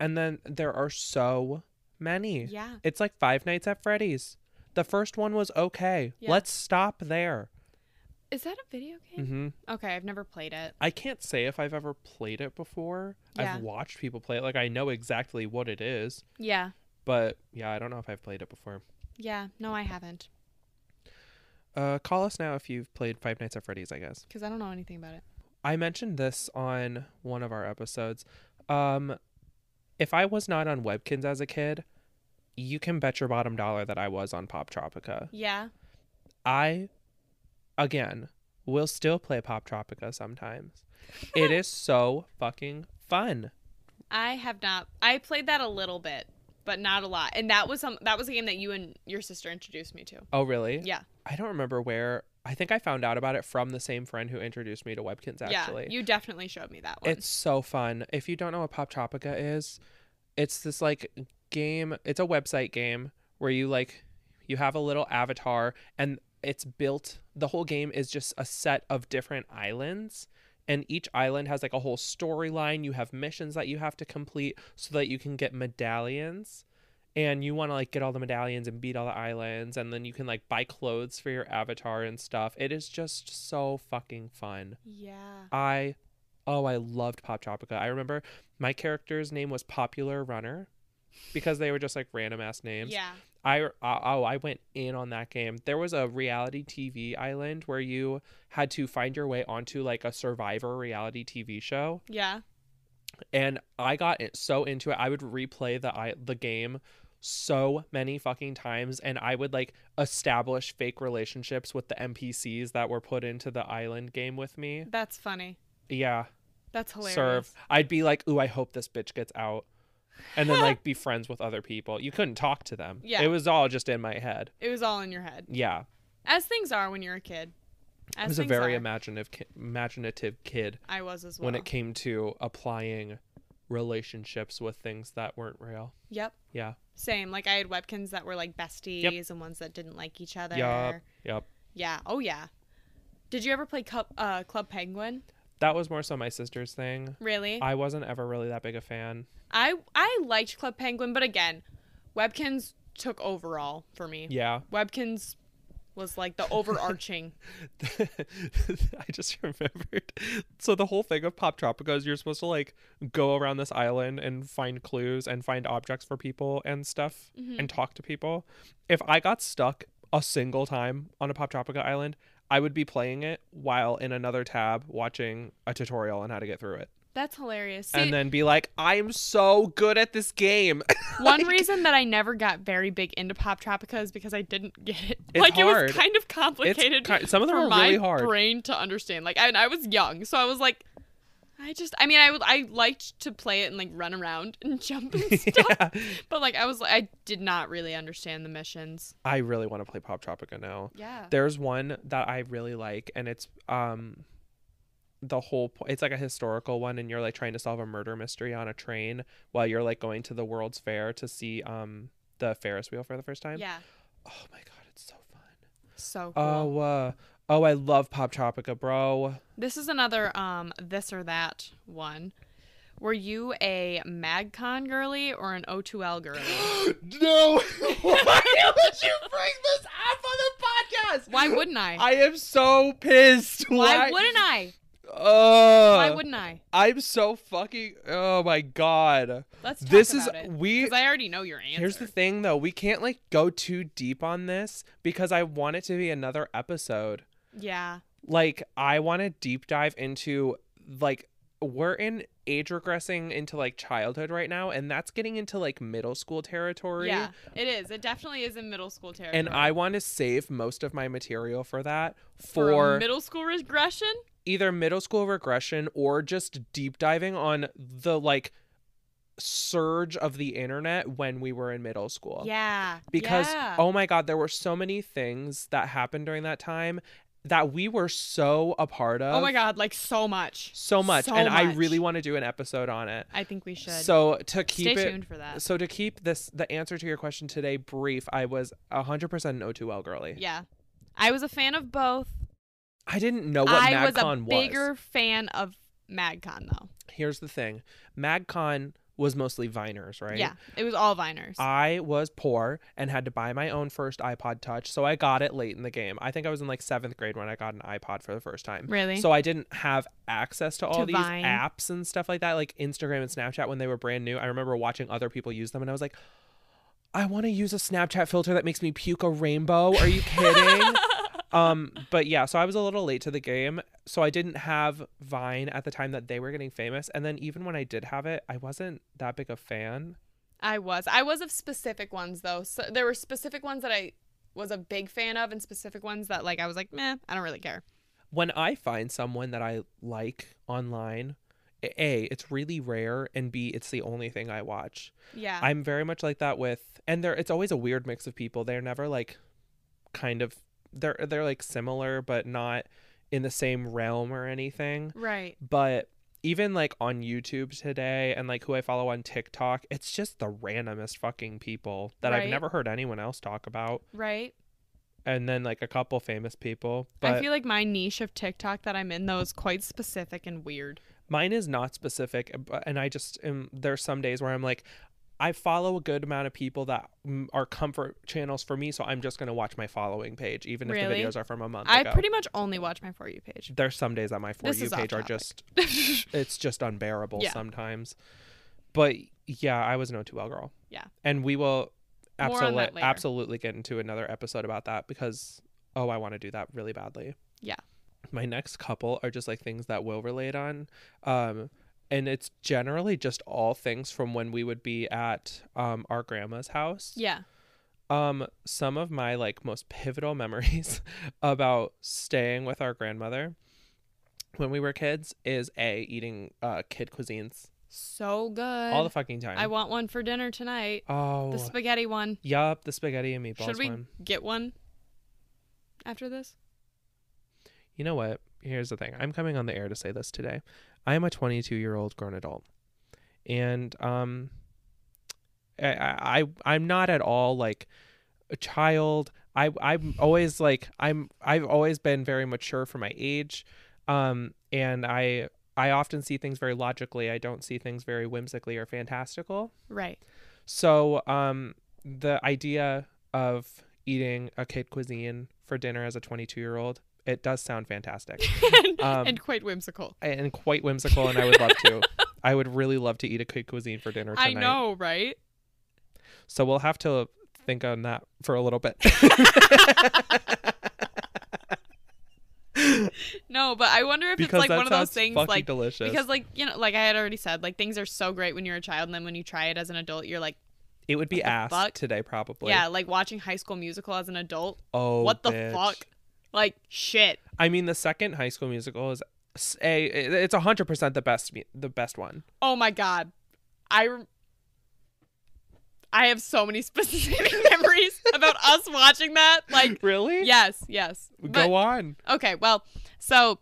[SPEAKER 1] and then there are so many.
[SPEAKER 2] yeah,
[SPEAKER 1] It's like Five Nights at Freddy's. The first one was okay.
[SPEAKER 2] Yeah.
[SPEAKER 1] Let's stop there.
[SPEAKER 2] is that a video game?
[SPEAKER 1] hmm
[SPEAKER 2] Okay, I've never played it.
[SPEAKER 1] I can't say if I've ever played it before.
[SPEAKER 2] Yeah.
[SPEAKER 1] I've watched people play it. Like I know exactly what it is,
[SPEAKER 2] Yeah,
[SPEAKER 1] but yeah, I don't know if I've played it before.
[SPEAKER 2] yeah, no, I haven't
[SPEAKER 1] Uh, call us now if you've played Five Nights at Freddy's. I guess
[SPEAKER 2] because I don't know anything about it.
[SPEAKER 1] I mentioned this on one of our episodes. Um, if I was not on Webkins as a kid, you can bet your bottom dollar that I was on Pop Tropica.
[SPEAKER 2] Yeah.
[SPEAKER 1] I, again, will still play Pop Tropica sometimes. it is so fucking fun.
[SPEAKER 2] I have not. I played that a little bit, but not a lot. And that was some. That was a game that you and your sister introduced me to.
[SPEAKER 1] Oh, really?
[SPEAKER 2] Yeah.
[SPEAKER 1] I don't remember where. I think I found out about it from the same friend who introduced me to Webkins, actually.
[SPEAKER 2] Yeah. You definitely showed me that one.
[SPEAKER 1] It's so fun. If you don't know what Pop Tropica is, it's this like game, it's a website game where you like you have a little avatar and it's built the whole game is just a set of different islands and each island has like a whole storyline. You have missions that you have to complete so that you can get medallions. And you want to like get all the medallions and beat all the islands and then you can like buy clothes for your avatar and stuff. It is just so fucking fun.
[SPEAKER 2] yeah.
[SPEAKER 1] I oh I loved Pop Tropica. I remember my character's name was Popular Runner because they were just like random ass names.
[SPEAKER 2] Yeah.
[SPEAKER 1] I oh I went in on that game. There was a reality TV island where you had to find your way onto like a survivor reality TV show
[SPEAKER 2] Yeah.
[SPEAKER 1] and I got it so into it. I would replay the I, the game so many fucking times, and I would like establish fake relationships with the NPCs that were put into the island game with me.
[SPEAKER 2] That's funny.
[SPEAKER 1] Yeah,
[SPEAKER 2] That's hilarious.
[SPEAKER 1] serve. I'd be like, "Ooh, I hope this bitch gets out," and then like be friends with other people. You couldn't talk to them.
[SPEAKER 2] Yeah.
[SPEAKER 1] it was all just in my head.
[SPEAKER 2] It was all in your head,
[SPEAKER 1] Yeah,
[SPEAKER 2] as things are when you're a kid. As
[SPEAKER 1] I was a
[SPEAKER 2] things
[SPEAKER 1] very
[SPEAKER 2] are.
[SPEAKER 1] imaginative ki- imaginative kid
[SPEAKER 2] I was as well.
[SPEAKER 1] when it came to applying relationships with things that weren't real.
[SPEAKER 2] yep.
[SPEAKER 1] Yeah.
[SPEAKER 2] Same. Like I had webkins that were like besties and ones that didn't like each other.
[SPEAKER 1] Yup. Yup.
[SPEAKER 2] Yeah. Oh yeah. Did you ever play Club, uh, Club Penguin?
[SPEAKER 1] that was more so my sister's thing.
[SPEAKER 2] Really?
[SPEAKER 1] I wasn't ever really that big a fan.
[SPEAKER 2] I I liked Club Penguin, but again, Webkins took overall for me.
[SPEAKER 1] Yeah.
[SPEAKER 2] Webkins was like the overarching.
[SPEAKER 1] I just remembered. So the whole thing of Pop Tropico is you're supposed to like go around this island and find clues and find objects for people and stuff
[SPEAKER 2] Mm-hmm.
[SPEAKER 1] and talk to people. If I got stuck a single time on a Pop Tropico island, I would be playing it while in another tab watching a tutorial on how to get through it.
[SPEAKER 2] That's hilarious. See,
[SPEAKER 1] and then be like, "I'm so good at this game."
[SPEAKER 2] one reason that I never got very big into Pop Tropica is because I didn't get it.
[SPEAKER 1] It's
[SPEAKER 2] like it
[SPEAKER 1] hard.
[SPEAKER 2] was kind of complicated
[SPEAKER 1] ki- some of them
[SPEAKER 2] for
[SPEAKER 1] are
[SPEAKER 2] my
[SPEAKER 1] really hard.
[SPEAKER 2] brain to understand. Like, and I was young, so I was like, I just, I mean, I would, I liked to play it and like run around and jump and stuff,
[SPEAKER 1] Yeah.
[SPEAKER 2] but like I was, like, I did not really understand the missions.
[SPEAKER 1] I really want to play Pop Tropico now.
[SPEAKER 2] Yeah.
[SPEAKER 1] There's one that I really like, and it's um, the whole po- it's like a historical one, and you're like trying to solve a murder mystery on a train while you're like going to the World's Fair to see um the Ferris wheel for the first time.
[SPEAKER 2] Yeah.
[SPEAKER 1] Oh my god, it's so fun.
[SPEAKER 2] So cool.
[SPEAKER 1] Oh, uh, oh, I love Pop Tropica, bro.
[SPEAKER 2] This is another um this or that one. Were you a MagCon girly or an O2L girly?
[SPEAKER 1] no, why would you bring this up on the podcast?
[SPEAKER 2] Why wouldn't I?
[SPEAKER 1] I am so pissed.
[SPEAKER 2] Why, wouldn't I?
[SPEAKER 1] Oh,
[SPEAKER 2] Why wouldn't I?
[SPEAKER 1] I'm so fucking. Oh my god.
[SPEAKER 2] Let's talk
[SPEAKER 1] This is
[SPEAKER 2] about it.
[SPEAKER 1] we.
[SPEAKER 2] 'Cause I already know your answer.
[SPEAKER 1] Here's the thing, though. We can't like go too deep on this because I want it to be another episode.
[SPEAKER 2] yeah.
[SPEAKER 1] Like I want to deep dive into like we're in age regressing into like childhood right now, and that's getting into like middle school territory.
[SPEAKER 2] Yeah. It is. It definitely is in middle school territory.
[SPEAKER 1] And I want to save most of my material for that
[SPEAKER 2] for, a
[SPEAKER 1] for
[SPEAKER 2] middle school regression?
[SPEAKER 1] either middle school regression or just deep diving on the like surge of the internet when we were in middle school.
[SPEAKER 2] Yeah.
[SPEAKER 1] Because
[SPEAKER 2] yeah.
[SPEAKER 1] oh my god, there were so many things that happened during that time that we were so a part of.
[SPEAKER 2] Oh my god, like so much.
[SPEAKER 1] So much.
[SPEAKER 2] So
[SPEAKER 1] and I
[SPEAKER 2] much.
[SPEAKER 1] really want to do an episode on it.
[SPEAKER 2] I think we should.
[SPEAKER 1] So to keep
[SPEAKER 2] Stay
[SPEAKER 1] it
[SPEAKER 2] tuned for that.
[SPEAKER 1] so to keep this the answer to your question today brief, I was 100% an O2L girly.
[SPEAKER 2] Yeah. I was a fan of both.
[SPEAKER 1] I didn't know what
[SPEAKER 2] I was a
[SPEAKER 1] MagCon
[SPEAKER 2] bigger fan of MagCon though.
[SPEAKER 1] Here's the thing. MagCon was mostly Viners, right?
[SPEAKER 2] Yeah, it was all Viners.
[SPEAKER 1] I was poor and had to buy my own first iPod Touch, so I got it late in the game. I think I was in like seventh grade when I got an iPod for the first time.
[SPEAKER 2] Really?
[SPEAKER 1] So I didn't have access to all
[SPEAKER 2] To
[SPEAKER 1] these
[SPEAKER 2] Vine.
[SPEAKER 1] apps and stuff like that, like Instagram and Snapchat when they were brand new. I remember watching other people use them, and I was like, I want to use a Snapchat filter that makes me puke a rainbow. Are you kidding? um, but yeah, so I was a little late to the game, so I didn't have Vine at the time that they were getting famous, and then even when I did have it, I wasn't that big a fan.
[SPEAKER 2] I was. I was of specific ones though. So there were specific ones that I was a big fan of, and specific ones that like I was like, meh, I don't really care.
[SPEAKER 1] When I find someone that I like online, A, it's really rare, and B, it's the only thing I watch.
[SPEAKER 2] Yeah.
[SPEAKER 1] I'm very much like that with and there it's always a weird mix of people. They're never like kind of they're they're like similar but not in the same realm or anything.
[SPEAKER 2] right.
[SPEAKER 1] But even like on YouTube today and like who I follow on TikTok, it's just the randomest fucking people that I've
[SPEAKER 2] Right.
[SPEAKER 1] never heard anyone else talk about.
[SPEAKER 2] Right.
[SPEAKER 1] And then like a couple famous people. But
[SPEAKER 2] I feel like my niche of TikTok that I'm in though is quite specific and weird.
[SPEAKER 1] mine is not specific b- and i just am there's some days where i'm like i follow a good amount of people that mm, are comfort channels for me so i'm just going to watch my following page even if the
[SPEAKER 2] Really?
[SPEAKER 1] videos are from a month
[SPEAKER 2] I
[SPEAKER 1] ago
[SPEAKER 2] pretty much only watch my for you page.
[SPEAKER 1] there's some days that my for
[SPEAKER 2] This
[SPEAKER 1] you
[SPEAKER 2] is off
[SPEAKER 1] page are
[SPEAKER 2] topic.
[SPEAKER 1] just it's just unbearable
[SPEAKER 2] Yeah.
[SPEAKER 1] sometimes but yeah i was no 2l girl
[SPEAKER 2] Yeah.
[SPEAKER 1] and we will
[SPEAKER 2] More on
[SPEAKER 1] absolutely
[SPEAKER 2] that later.
[SPEAKER 1] absolutely get into another episode about that because oh i want to do that really badly
[SPEAKER 2] Yeah.
[SPEAKER 1] my next couple are just like things that we'll relate on um and it's generally just all things from when we would be at um, our grandma's house
[SPEAKER 2] yeah.
[SPEAKER 1] um some of my like most pivotal memories about staying with our grandmother when we were kids is a eating uh kid cuisines
[SPEAKER 2] So good.
[SPEAKER 1] all the fucking time
[SPEAKER 2] I want one for dinner tonight.
[SPEAKER 1] oh
[SPEAKER 2] The spaghetti one.
[SPEAKER 1] yup the spaghetti and meatballs
[SPEAKER 2] Should we
[SPEAKER 1] one
[SPEAKER 2] get one after this?
[SPEAKER 1] you know what here's the thing i'm coming on the air to say this today i am a 22 year old grown adult and um I, I I- i'm not at all like a child i i'm always like i'm i've always been very mature for my age um and i i often see things very logically i don't see things very whimsically or fantastical
[SPEAKER 2] Right.
[SPEAKER 1] so, um, the idea of eating a kid cuisine for dinner as a 22 year old, it does sound fantastic Um,
[SPEAKER 2] and quite whimsical.
[SPEAKER 1] and quite whimsical. And I would love to. I would really love to eat a kid cuisine for dinner tonight.
[SPEAKER 2] I know, right?
[SPEAKER 1] So we'll have to think on that for a little bit.
[SPEAKER 2] No, but I wonder if
[SPEAKER 1] because
[SPEAKER 2] it's like
[SPEAKER 1] that
[SPEAKER 2] one of those
[SPEAKER 1] sounds
[SPEAKER 2] things
[SPEAKER 1] fucking
[SPEAKER 2] like
[SPEAKER 1] delicious.
[SPEAKER 2] because like you know, like I had already said, like things are so great when you're a child and then when you try it as an adult, you're like,
[SPEAKER 1] it would be
[SPEAKER 2] what the
[SPEAKER 1] asked
[SPEAKER 2] fuck?
[SPEAKER 1] today probably.
[SPEAKER 2] yeah, like watching High School Musical as an adult.
[SPEAKER 1] Oh,
[SPEAKER 2] what the
[SPEAKER 1] bitch.
[SPEAKER 2] fuck? Like shit.
[SPEAKER 1] I mean, the second High School Musical is s- a. It's hundred percent the best. mu- The best one.
[SPEAKER 2] Oh my god. I rem- I have so many specific memories about us watching that. Like
[SPEAKER 1] Really?
[SPEAKER 2] yes, yes. But-
[SPEAKER 1] Go on.
[SPEAKER 2] Okay, well, so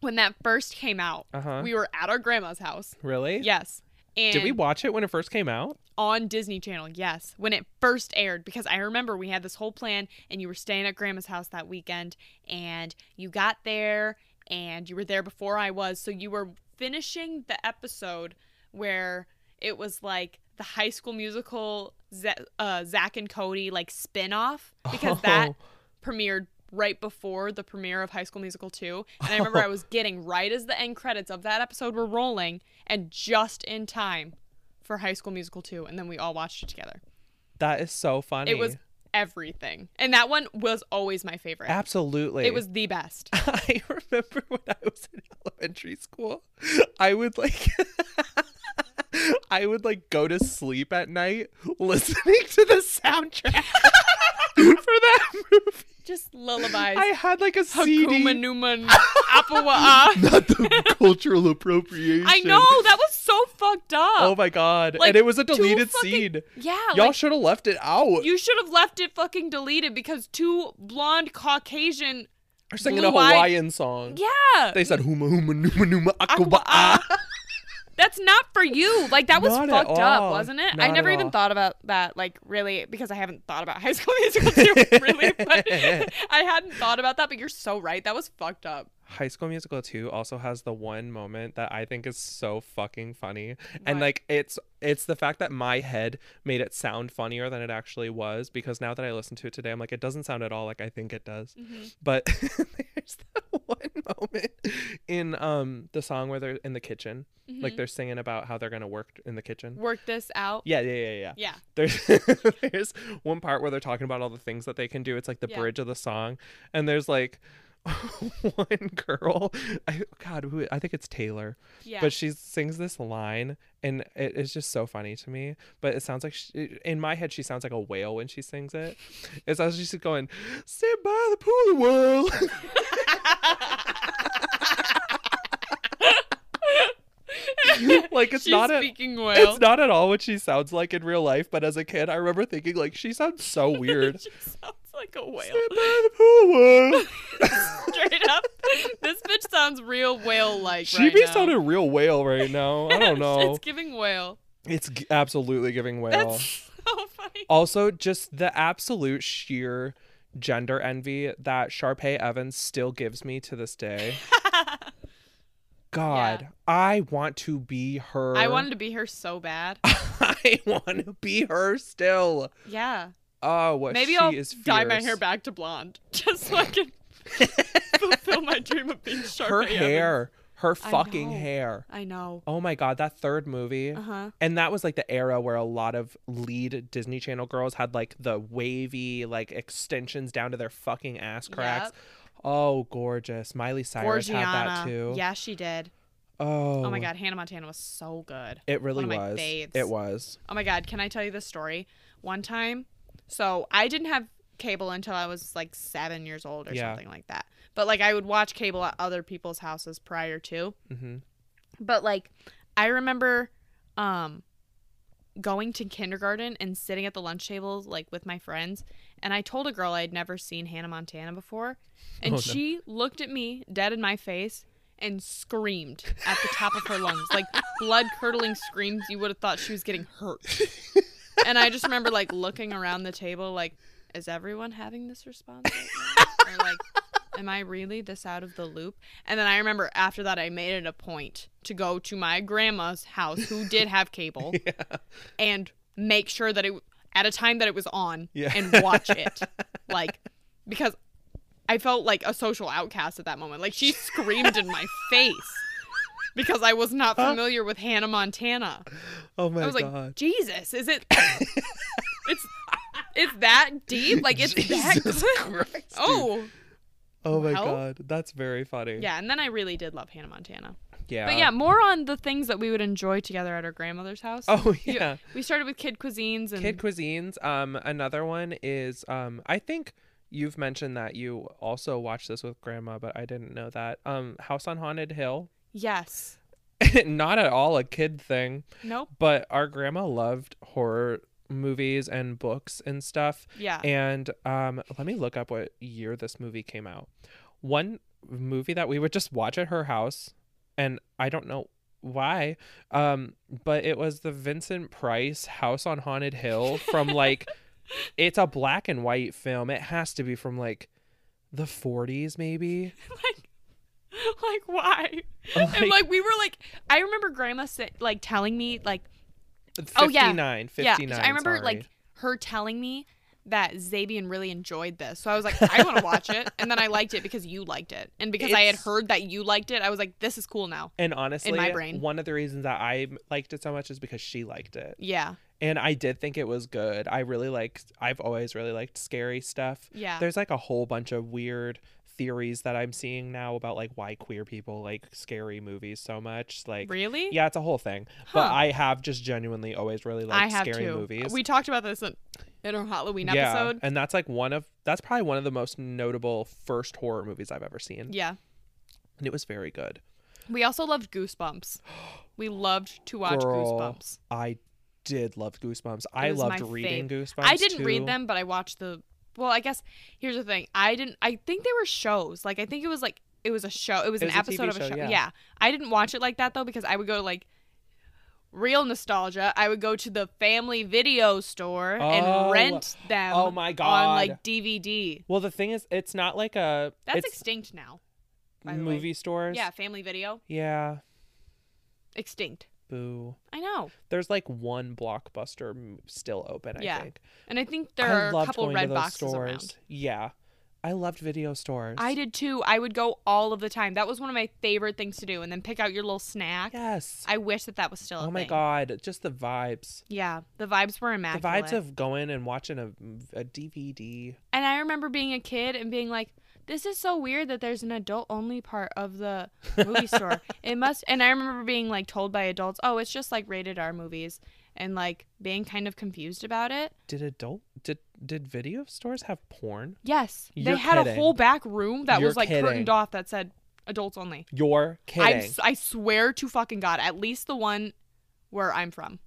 [SPEAKER 2] when that first came out,
[SPEAKER 1] Uh huh.
[SPEAKER 2] we were at our grandma's house.
[SPEAKER 1] Really?
[SPEAKER 2] Yes. And
[SPEAKER 1] Did we watch it when it first came out?
[SPEAKER 2] on Disney Channel, yes, when it first aired, because I remember we had this whole plan and you were staying at grandma's house that weekend and you got there and you were there before I was. So you were finishing the episode where it was like the high school musical Z- uh, Zach and Cody like spin off because
[SPEAKER 1] Oh.
[SPEAKER 2] that premiered right before the premiere of High School Musical 2. And I remember I
[SPEAKER 1] Oh.
[SPEAKER 2] was getting right as the end credits of that episode were rolling and just in time for High School Musical 2. And then we all watched it together.
[SPEAKER 1] that is so funny.
[SPEAKER 2] It was everything. And that one was always my favorite.
[SPEAKER 1] absolutely.
[SPEAKER 2] It was the best.
[SPEAKER 1] I remember when I was in elementary school, I would like. I would like go to sleep at night listening to the soundtrack for that movie.
[SPEAKER 2] Just lullabies.
[SPEAKER 1] I had like a CD.
[SPEAKER 2] Hakuma Numan Apawa'a.
[SPEAKER 1] Not the cultural appropriation.
[SPEAKER 2] I know. That was so fucked up.
[SPEAKER 1] Oh my god!
[SPEAKER 2] Like,
[SPEAKER 1] and it was a
[SPEAKER 2] two
[SPEAKER 1] deleted
[SPEAKER 2] fucking-
[SPEAKER 1] scene.
[SPEAKER 2] yeah.
[SPEAKER 1] Y'all
[SPEAKER 2] like,
[SPEAKER 1] should have left it out.
[SPEAKER 2] you should have left it fucking deleted because two blonde Caucasian.
[SPEAKER 1] You're singing a
[SPEAKER 2] blue-eyed-
[SPEAKER 1] Hawaiian song.
[SPEAKER 2] Yeah.
[SPEAKER 1] They said huma huma numa numa akaba.
[SPEAKER 2] ah."
[SPEAKER 1] ah."
[SPEAKER 2] That's not for you. Like that was
[SPEAKER 1] Not at
[SPEAKER 2] fucked up,
[SPEAKER 1] all.
[SPEAKER 2] wasn't it? I
[SPEAKER 1] Not
[SPEAKER 2] never
[SPEAKER 1] at
[SPEAKER 2] even
[SPEAKER 1] all.
[SPEAKER 2] thought about that, like really, because I haven't thought about High School Musical too, really. But I hadn't thought about that. But you're so right. That was fucked up.
[SPEAKER 1] High School Musical 2 also has the one moment that I think is so fucking funny. And
[SPEAKER 2] What?
[SPEAKER 1] like it's it's the fact that my head made it sound funnier than it actually was because now that I listen to it today I'm like it doesn't sound at all like I think it does. But there's that one moment in um the song where they're in the kitchen. Like they're singing about how they're going to work in the kitchen.
[SPEAKER 2] Mm-hmm. Work this out.
[SPEAKER 1] Yeah, yeah, yeah, yeah.
[SPEAKER 2] Yeah.
[SPEAKER 1] there's there's one part where they're talking about all the things that they can do. It's like the
[SPEAKER 2] Yeah.
[SPEAKER 1] bridge of the song, and there's like one girl. I, God, who, I think it's Taylor.
[SPEAKER 2] Yeah.
[SPEAKER 1] But she sings this line, and it is just so funny to me. But it sounds like she, in my head she sounds like a whale when she sings it. It's as she's going, "Sit by the pool of world." like it's
[SPEAKER 2] She's
[SPEAKER 1] not a,
[SPEAKER 2] speaking well.
[SPEAKER 1] it's not at all what she sounds like in real life. But as a kid, I remember thinking like she sounds so weird.
[SPEAKER 2] she sounds like a whale.
[SPEAKER 1] Sit by the pool of world.
[SPEAKER 2] Straight up, this bitch sounds real whale-like.
[SPEAKER 1] She
[SPEAKER 2] right
[SPEAKER 1] be
[SPEAKER 2] now.
[SPEAKER 1] sounding real whale right now. I don't know.
[SPEAKER 2] it's giving whale.
[SPEAKER 1] It's g- absolutely giving whale.
[SPEAKER 2] That's so funny.
[SPEAKER 1] Also, just the absolute sheer gender envy that Sharpay Evans still gives me to this day. God, I want to be her.
[SPEAKER 2] I wanted to be her so bad.
[SPEAKER 1] I want to be her still.
[SPEAKER 2] Yeah.
[SPEAKER 1] Oh, what
[SPEAKER 2] Maybe
[SPEAKER 1] she
[SPEAKER 2] I'll
[SPEAKER 1] is
[SPEAKER 2] dye my hair
[SPEAKER 1] fierce.
[SPEAKER 2] back to blonde just so I can fulfill my dream of being sharp.
[SPEAKER 1] Her hair, her
[SPEAKER 2] I
[SPEAKER 1] fucking
[SPEAKER 2] know.
[SPEAKER 1] hair.
[SPEAKER 2] I know.
[SPEAKER 1] Oh my god, that third movie.
[SPEAKER 2] Uh huh.
[SPEAKER 1] And that was like the era where a lot of lead Disney Channel girls had like the wavy like extensions down to their fucking ass cracks.
[SPEAKER 2] Yep.
[SPEAKER 1] Oh, gorgeous. Miley Cyrus had that too.
[SPEAKER 2] Gorgiana. Yeah, she did.
[SPEAKER 1] Oh.
[SPEAKER 2] Oh my god, Hannah Montana was so good.
[SPEAKER 1] It really
[SPEAKER 2] One of my
[SPEAKER 1] was.
[SPEAKER 2] faves.
[SPEAKER 1] It was.
[SPEAKER 2] Oh my god, can I tell you this story? One time, so I didn't have cable until I was like seven years old or
[SPEAKER 1] Yeah.
[SPEAKER 2] something like that. But like I would watch cable at other people's houses prior to.
[SPEAKER 1] hmm
[SPEAKER 2] But like I remember um going to kindergarten and sitting at the lunch table like with my friends and I told a girl I had never seen Hannah Montana before and
[SPEAKER 1] Oh, no.
[SPEAKER 2] she looked at me dead in my face and screamed at the top of her lungs like blood curdling screams you would have thought she was getting hurt. and I just remember like looking around the table like is everyone having this response? right now? or like am I really this out of the loop? And then I remember after that, I made it a point to go to my grandma's house, who did have cable, and make sure that it at a time that it was on
[SPEAKER 1] Yeah.
[SPEAKER 2] and watch it, like because I felt like a social outcast at that moment. Like she screamed in my face because I was not familiar with Hannah Montana.
[SPEAKER 1] Oh my
[SPEAKER 2] I was
[SPEAKER 1] god.
[SPEAKER 2] like, Jesus, is it? it's it's that deep. Like it's that
[SPEAKER 1] Jesus
[SPEAKER 2] good.
[SPEAKER 1] Christ, dude.
[SPEAKER 2] Oh
[SPEAKER 1] Oh my
[SPEAKER 2] well.
[SPEAKER 1] god. That's very funny.
[SPEAKER 2] yeah, and then I really did love Hannah Montana.
[SPEAKER 1] Yeah.
[SPEAKER 2] But yeah, more on the things that we would enjoy together at our grandmother's house.
[SPEAKER 1] Oh
[SPEAKER 2] You-
[SPEAKER 1] yeah.
[SPEAKER 2] we started with kid cuisines and
[SPEAKER 1] Kid cuisines. Um, another one is um, I think you've mentioned that you also watched this with grandma, but I didn't know that. Um, House on Haunted Hill.
[SPEAKER 2] yes,
[SPEAKER 1] Not at all a kid thing,
[SPEAKER 2] nope,
[SPEAKER 1] but our grandma loved horror movies and books and stuff.
[SPEAKER 2] yeah,
[SPEAKER 1] And um, let me look up what year this movie came out. One movie that we would just watch at her house, and I don't know why, um, but it was the Vincent Price House on Haunted Hill from like, it's a black and white film. It has to be from like the 40s, maybe.
[SPEAKER 2] like why?
[SPEAKER 1] Oh
[SPEAKER 2] and like we were like, I remember grandma say, like telling me like
[SPEAKER 1] 59,
[SPEAKER 2] oh, yeah.
[SPEAKER 1] 59.
[SPEAKER 2] yeah, 'cause I remember
[SPEAKER 1] sorry.
[SPEAKER 2] like her telling me that Zabian really enjoyed this, so I was like, I want to watch it, and then I liked it because you liked it, and because I had
[SPEAKER 1] It's-
[SPEAKER 2] heard that you liked it, I was like, this is cool now.
[SPEAKER 1] And honestly,
[SPEAKER 2] brain.
[SPEAKER 1] one of the reasons that I liked it so much is because she liked it.
[SPEAKER 2] Yeah,
[SPEAKER 1] and I did think it was good. I really liked. I've always really liked scary stuff.
[SPEAKER 2] yeah,
[SPEAKER 1] There's like a whole bunch of weird theories that I'm seeing now about like why queer people like scary movies so much. Like,
[SPEAKER 2] really.
[SPEAKER 1] yeah, it's a whole thing. But
[SPEAKER 2] Huh.
[SPEAKER 1] I have just genuinely always really
[SPEAKER 2] I
[SPEAKER 1] liked
[SPEAKER 2] have
[SPEAKER 1] scary
[SPEAKER 2] too.
[SPEAKER 1] movies.
[SPEAKER 2] We talked about this in, in our Halloween
[SPEAKER 1] yeah,
[SPEAKER 2] episode.
[SPEAKER 1] and that's like one of that's probably one of the most notable first horror movies I've ever seen,
[SPEAKER 2] Yeah.
[SPEAKER 1] and it was very good.
[SPEAKER 2] We also loved Goosebumps. We loved to watch
[SPEAKER 1] Girl,
[SPEAKER 2] Goosebumps.
[SPEAKER 1] I did love Goosebumps. I
[SPEAKER 2] was
[SPEAKER 1] loved
[SPEAKER 2] my
[SPEAKER 1] reading Goosebumps.
[SPEAKER 2] I didn't
[SPEAKER 1] too.
[SPEAKER 2] read them, but I watched the. Well, I guess here's the thing. I didn't. I think they were shows. Like I think it was like it was a show. It was
[SPEAKER 1] It
[SPEAKER 2] an
[SPEAKER 1] was a TV
[SPEAKER 2] episode of a
[SPEAKER 1] show,
[SPEAKER 2] show.
[SPEAKER 1] yeah.
[SPEAKER 2] I didn't watch it like that though because I would go to like real nostalgia. I would go to the family video store
[SPEAKER 1] Oh.
[SPEAKER 2] and rent them.
[SPEAKER 1] Oh my
[SPEAKER 2] On
[SPEAKER 1] God.
[SPEAKER 2] like DVD.
[SPEAKER 1] Well, the thing is, it's not like a
[SPEAKER 2] That's
[SPEAKER 1] it's
[SPEAKER 2] extinct now. by the way.
[SPEAKER 1] movie stores.
[SPEAKER 2] Yeah, family video
[SPEAKER 1] Yeah.
[SPEAKER 2] extinct.
[SPEAKER 1] Boo.
[SPEAKER 2] I know,
[SPEAKER 1] There's like one blockbuster m- still open, I
[SPEAKER 2] Yeah.
[SPEAKER 1] think.
[SPEAKER 2] and I think there
[SPEAKER 1] I
[SPEAKER 2] are a
[SPEAKER 1] loved
[SPEAKER 2] couple
[SPEAKER 1] going to
[SPEAKER 2] red
[SPEAKER 1] those
[SPEAKER 2] boxes
[SPEAKER 1] stores.
[SPEAKER 2] around.
[SPEAKER 1] Yeah. I loved video stores.
[SPEAKER 2] I did too. I would go all of the time. That was one of my favorite things to do, and then pick out your little snack.
[SPEAKER 1] Yes.
[SPEAKER 2] I wish that that was still. a
[SPEAKER 1] oh my
[SPEAKER 2] thing.
[SPEAKER 1] god, just the vibes.
[SPEAKER 2] Yeah, the vibes were
[SPEAKER 1] The
[SPEAKER 2] immaculate.
[SPEAKER 1] vibes of going and watching a, a DVD.
[SPEAKER 2] and I remember being a kid and being like, this is so weird that there's an adult only part of the movie store. It must and I remember being like told by adults, "Oh, it's just like rated R movies." And like being kind of confused about it.
[SPEAKER 1] Did adult did did video stores have porn?
[SPEAKER 2] Yes,
[SPEAKER 1] You're
[SPEAKER 2] they had
[SPEAKER 1] kidding.
[SPEAKER 2] a whole back room that
[SPEAKER 1] You're
[SPEAKER 2] was like
[SPEAKER 1] kidding.
[SPEAKER 2] curtained off that said adults only.
[SPEAKER 1] You're
[SPEAKER 2] I
[SPEAKER 1] kidding.
[SPEAKER 2] s- I swear to fucking god, at least the one where I'm from.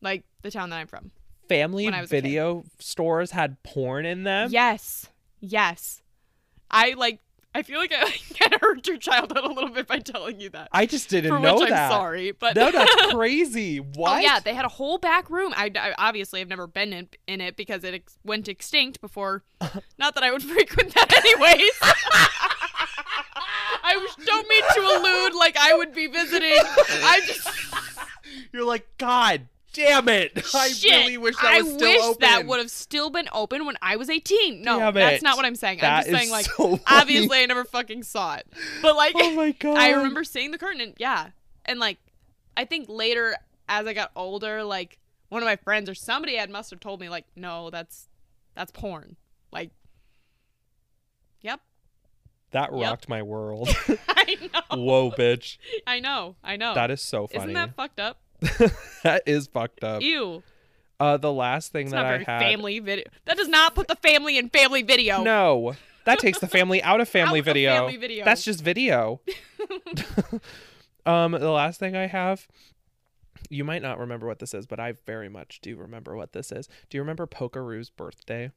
[SPEAKER 2] Like the town that I'm from.
[SPEAKER 1] Family
[SPEAKER 2] when I was a kid.
[SPEAKER 1] video stores had porn in them.
[SPEAKER 2] Yes. Yes. I like I feel like I kind of hurt your childhood a little bit by telling you that.
[SPEAKER 1] I just didn't
[SPEAKER 2] For
[SPEAKER 1] know
[SPEAKER 2] which I'm
[SPEAKER 1] that.
[SPEAKER 2] sorry, but
[SPEAKER 1] No, that's crazy. What?
[SPEAKER 2] Oh yeah, they had a whole back room. I, I obviously have never been in, in it because it ex- went extinct before. Not that I would frequent that anyways. I was- don't mean to allude like I would be visiting. I just
[SPEAKER 1] You're like, God damn it. I
[SPEAKER 2] shit,
[SPEAKER 1] really wish that
[SPEAKER 2] I
[SPEAKER 1] was still
[SPEAKER 2] wish
[SPEAKER 1] open.
[SPEAKER 2] that would have still been open when I was 18. No,
[SPEAKER 1] Damn it.
[SPEAKER 2] that's not what I'm saying. I'm
[SPEAKER 1] That
[SPEAKER 2] just saying
[SPEAKER 1] is
[SPEAKER 2] like
[SPEAKER 1] so funny.
[SPEAKER 2] obviously I never fucking saw it. But like
[SPEAKER 1] Oh my god.
[SPEAKER 2] I remember seeing the curtain, and yeah, and like, I think later as I got older, like one of my friends or somebody had must have told me like, no, that's that's porn. Like, yep,
[SPEAKER 1] that
[SPEAKER 2] Yep.
[SPEAKER 1] rocked my world.
[SPEAKER 2] I know,
[SPEAKER 1] Whoa, bitch.
[SPEAKER 2] I know, I know.
[SPEAKER 1] That is so funny.
[SPEAKER 2] Oh. Isn't that fucked up?
[SPEAKER 1] that is fucked up.
[SPEAKER 2] Ew,
[SPEAKER 1] Uh, the last thing
[SPEAKER 2] it's
[SPEAKER 1] that
[SPEAKER 2] not very
[SPEAKER 1] I had.
[SPEAKER 2] family video. That does not put the family in family video.
[SPEAKER 1] No, that takes the family out of family,
[SPEAKER 2] Out of
[SPEAKER 1] video.
[SPEAKER 2] Oh, family video.
[SPEAKER 1] That's just video. um, the last thing I have. You might not remember what this is, but I very much do remember what this is. Do you remember Pokeroo's birthday?